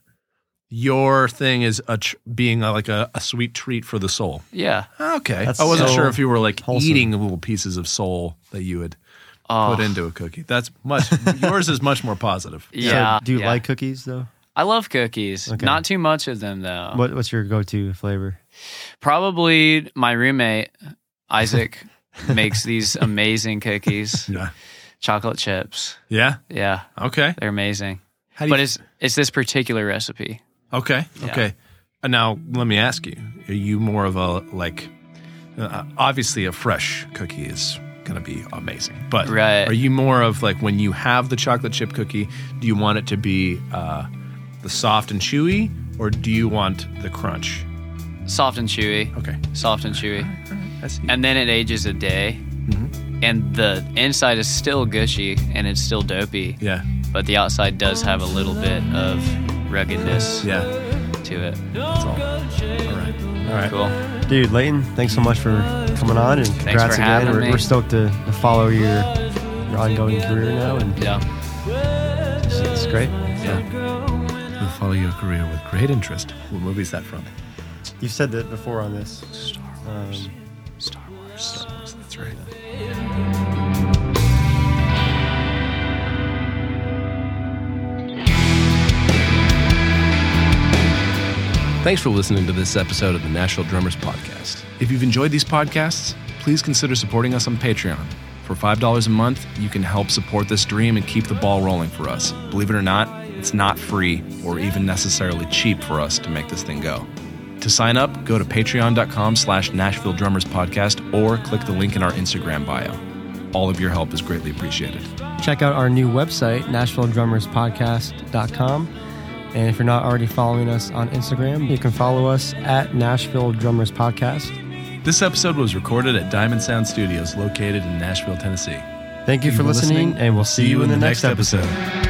[SPEAKER 2] your thing is a tr- being a, like a, a sweet treat for the soul.
[SPEAKER 1] yeah.
[SPEAKER 2] Okay.
[SPEAKER 3] That's
[SPEAKER 2] I wasn't
[SPEAKER 3] so
[SPEAKER 2] sure if you were like
[SPEAKER 3] wholesome.
[SPEAKER 2] eating little pieces of soul that you would
[SPEAKER 1] Oh,
[SPEAKER 2] put into a cookie. That's much <laughs> yours is much more positive.
[SPEAKER 1] yeah.
[SPEAKER 3] So do you
[SPEAKER 1] yeah.
[SPEAKER 3] like cookies though?
[SPEAKER 1] I love cookies.
[SPEAKER 3] Okay.
[SPEAKER 1] Not too much of them though.
[SPEAKER 3] What what's your go to flavor?
[SPEAKER 1] Probably my roommate
[SPEAKER 2] <laughs>
[SPEAKER 1] Isaac makes these amazing cookies,
[SPEAKER 2] Yeah.
[SPEAKER 1] chocolate chips.
[SPEAKER 2] Yeah.
[SPEAKER 1] Yeah,
[SPEAKER 2] Okay.
[SPEAKER 1] they're amazing.
[SPEAKER 2] How do
[SPEAKER 1] But
[SPEAKER 2] you,
[SPEAKER 1] it's it's this particular recipe.
[SPEAKER 2] okay. Okay. And now let me ask you: Are you more of a like? Uh, obviously, a fresh cookie is gonna be amazing. But
[SPEAKER 1] Right.
[SPEAKER 2] are you more of like when you have the chocolate chip cookie? Do you want it to be uh, the soft and chewy, or do you want the crunch?
[SPEAKER 1] Soft and chewy.
[SPEAKER 2] Okay.
[SPEAKER 1] Soft and chewy.
[SPEAKER 2] I see.
[SPEAKER 1] And then it ages a day.
[SPEAKER 2] Mm-hmm.
[SPEAKER 1] And the inside is still gushy and it's still dopey.
[SPEAKER 2] yeah.
[SPEAKER 1] But the outside does have a little bit of ruggedness
[SPEAKER 2] Yeah.
[SPEAKER 1] to it.
[SPEAKER 2] That's all. All right. All right.
[SPEAKER 1] Cool.
[SPEAKER 3] Dude, Layton, thanks so much for coming on and congrats
[SPEAKER 1] for
[SPEAKER 3] again.
[SPEAKER 1] having
[SPEAKER 3] We're,
[SPEAKER 1] me.
[SPEAKER 3] we're stoked to, to follow your your ongoing career now, and
[SPEAKER 1] Yeah.
[SPEAKER 3] it's, it's great.
[SPEAKER 2] We'll follow your career with great interest. What movie is that from?
[SPEAKER 3] You've said that before on this. Star Wars.
[SPEAKER 2] Star Wars. Star Wars. That's right. Thanks for listening to this episode of the National Drummers Podcast. If you've enjoyed these podcasts, please consider supporting us on Patreon. For $5 a month, you can help support this dream and keep the ball rolling for us. Believe it or not, it's not free or even necessarily cheap for us to make this thing go. To sign up, go to patreon.com slash Nashville Drummers Podcast or click the link in our Instagram bio. All of your help is greatly appreciated.
[SPEAKER 3] Check out our new website, NashvilleDrummersPodcast.com. And if you're not already following us on Instagram, you can follow us at Nashville Drummers Podcast.
[SPEAKER 2] This episode was recorded at Diamond Sound Studios located in Nashville, Tennessee.
[SPEAKER 3] Thank you for listening, and we'll see you in the next episode.
[SPEAKER 2] episode.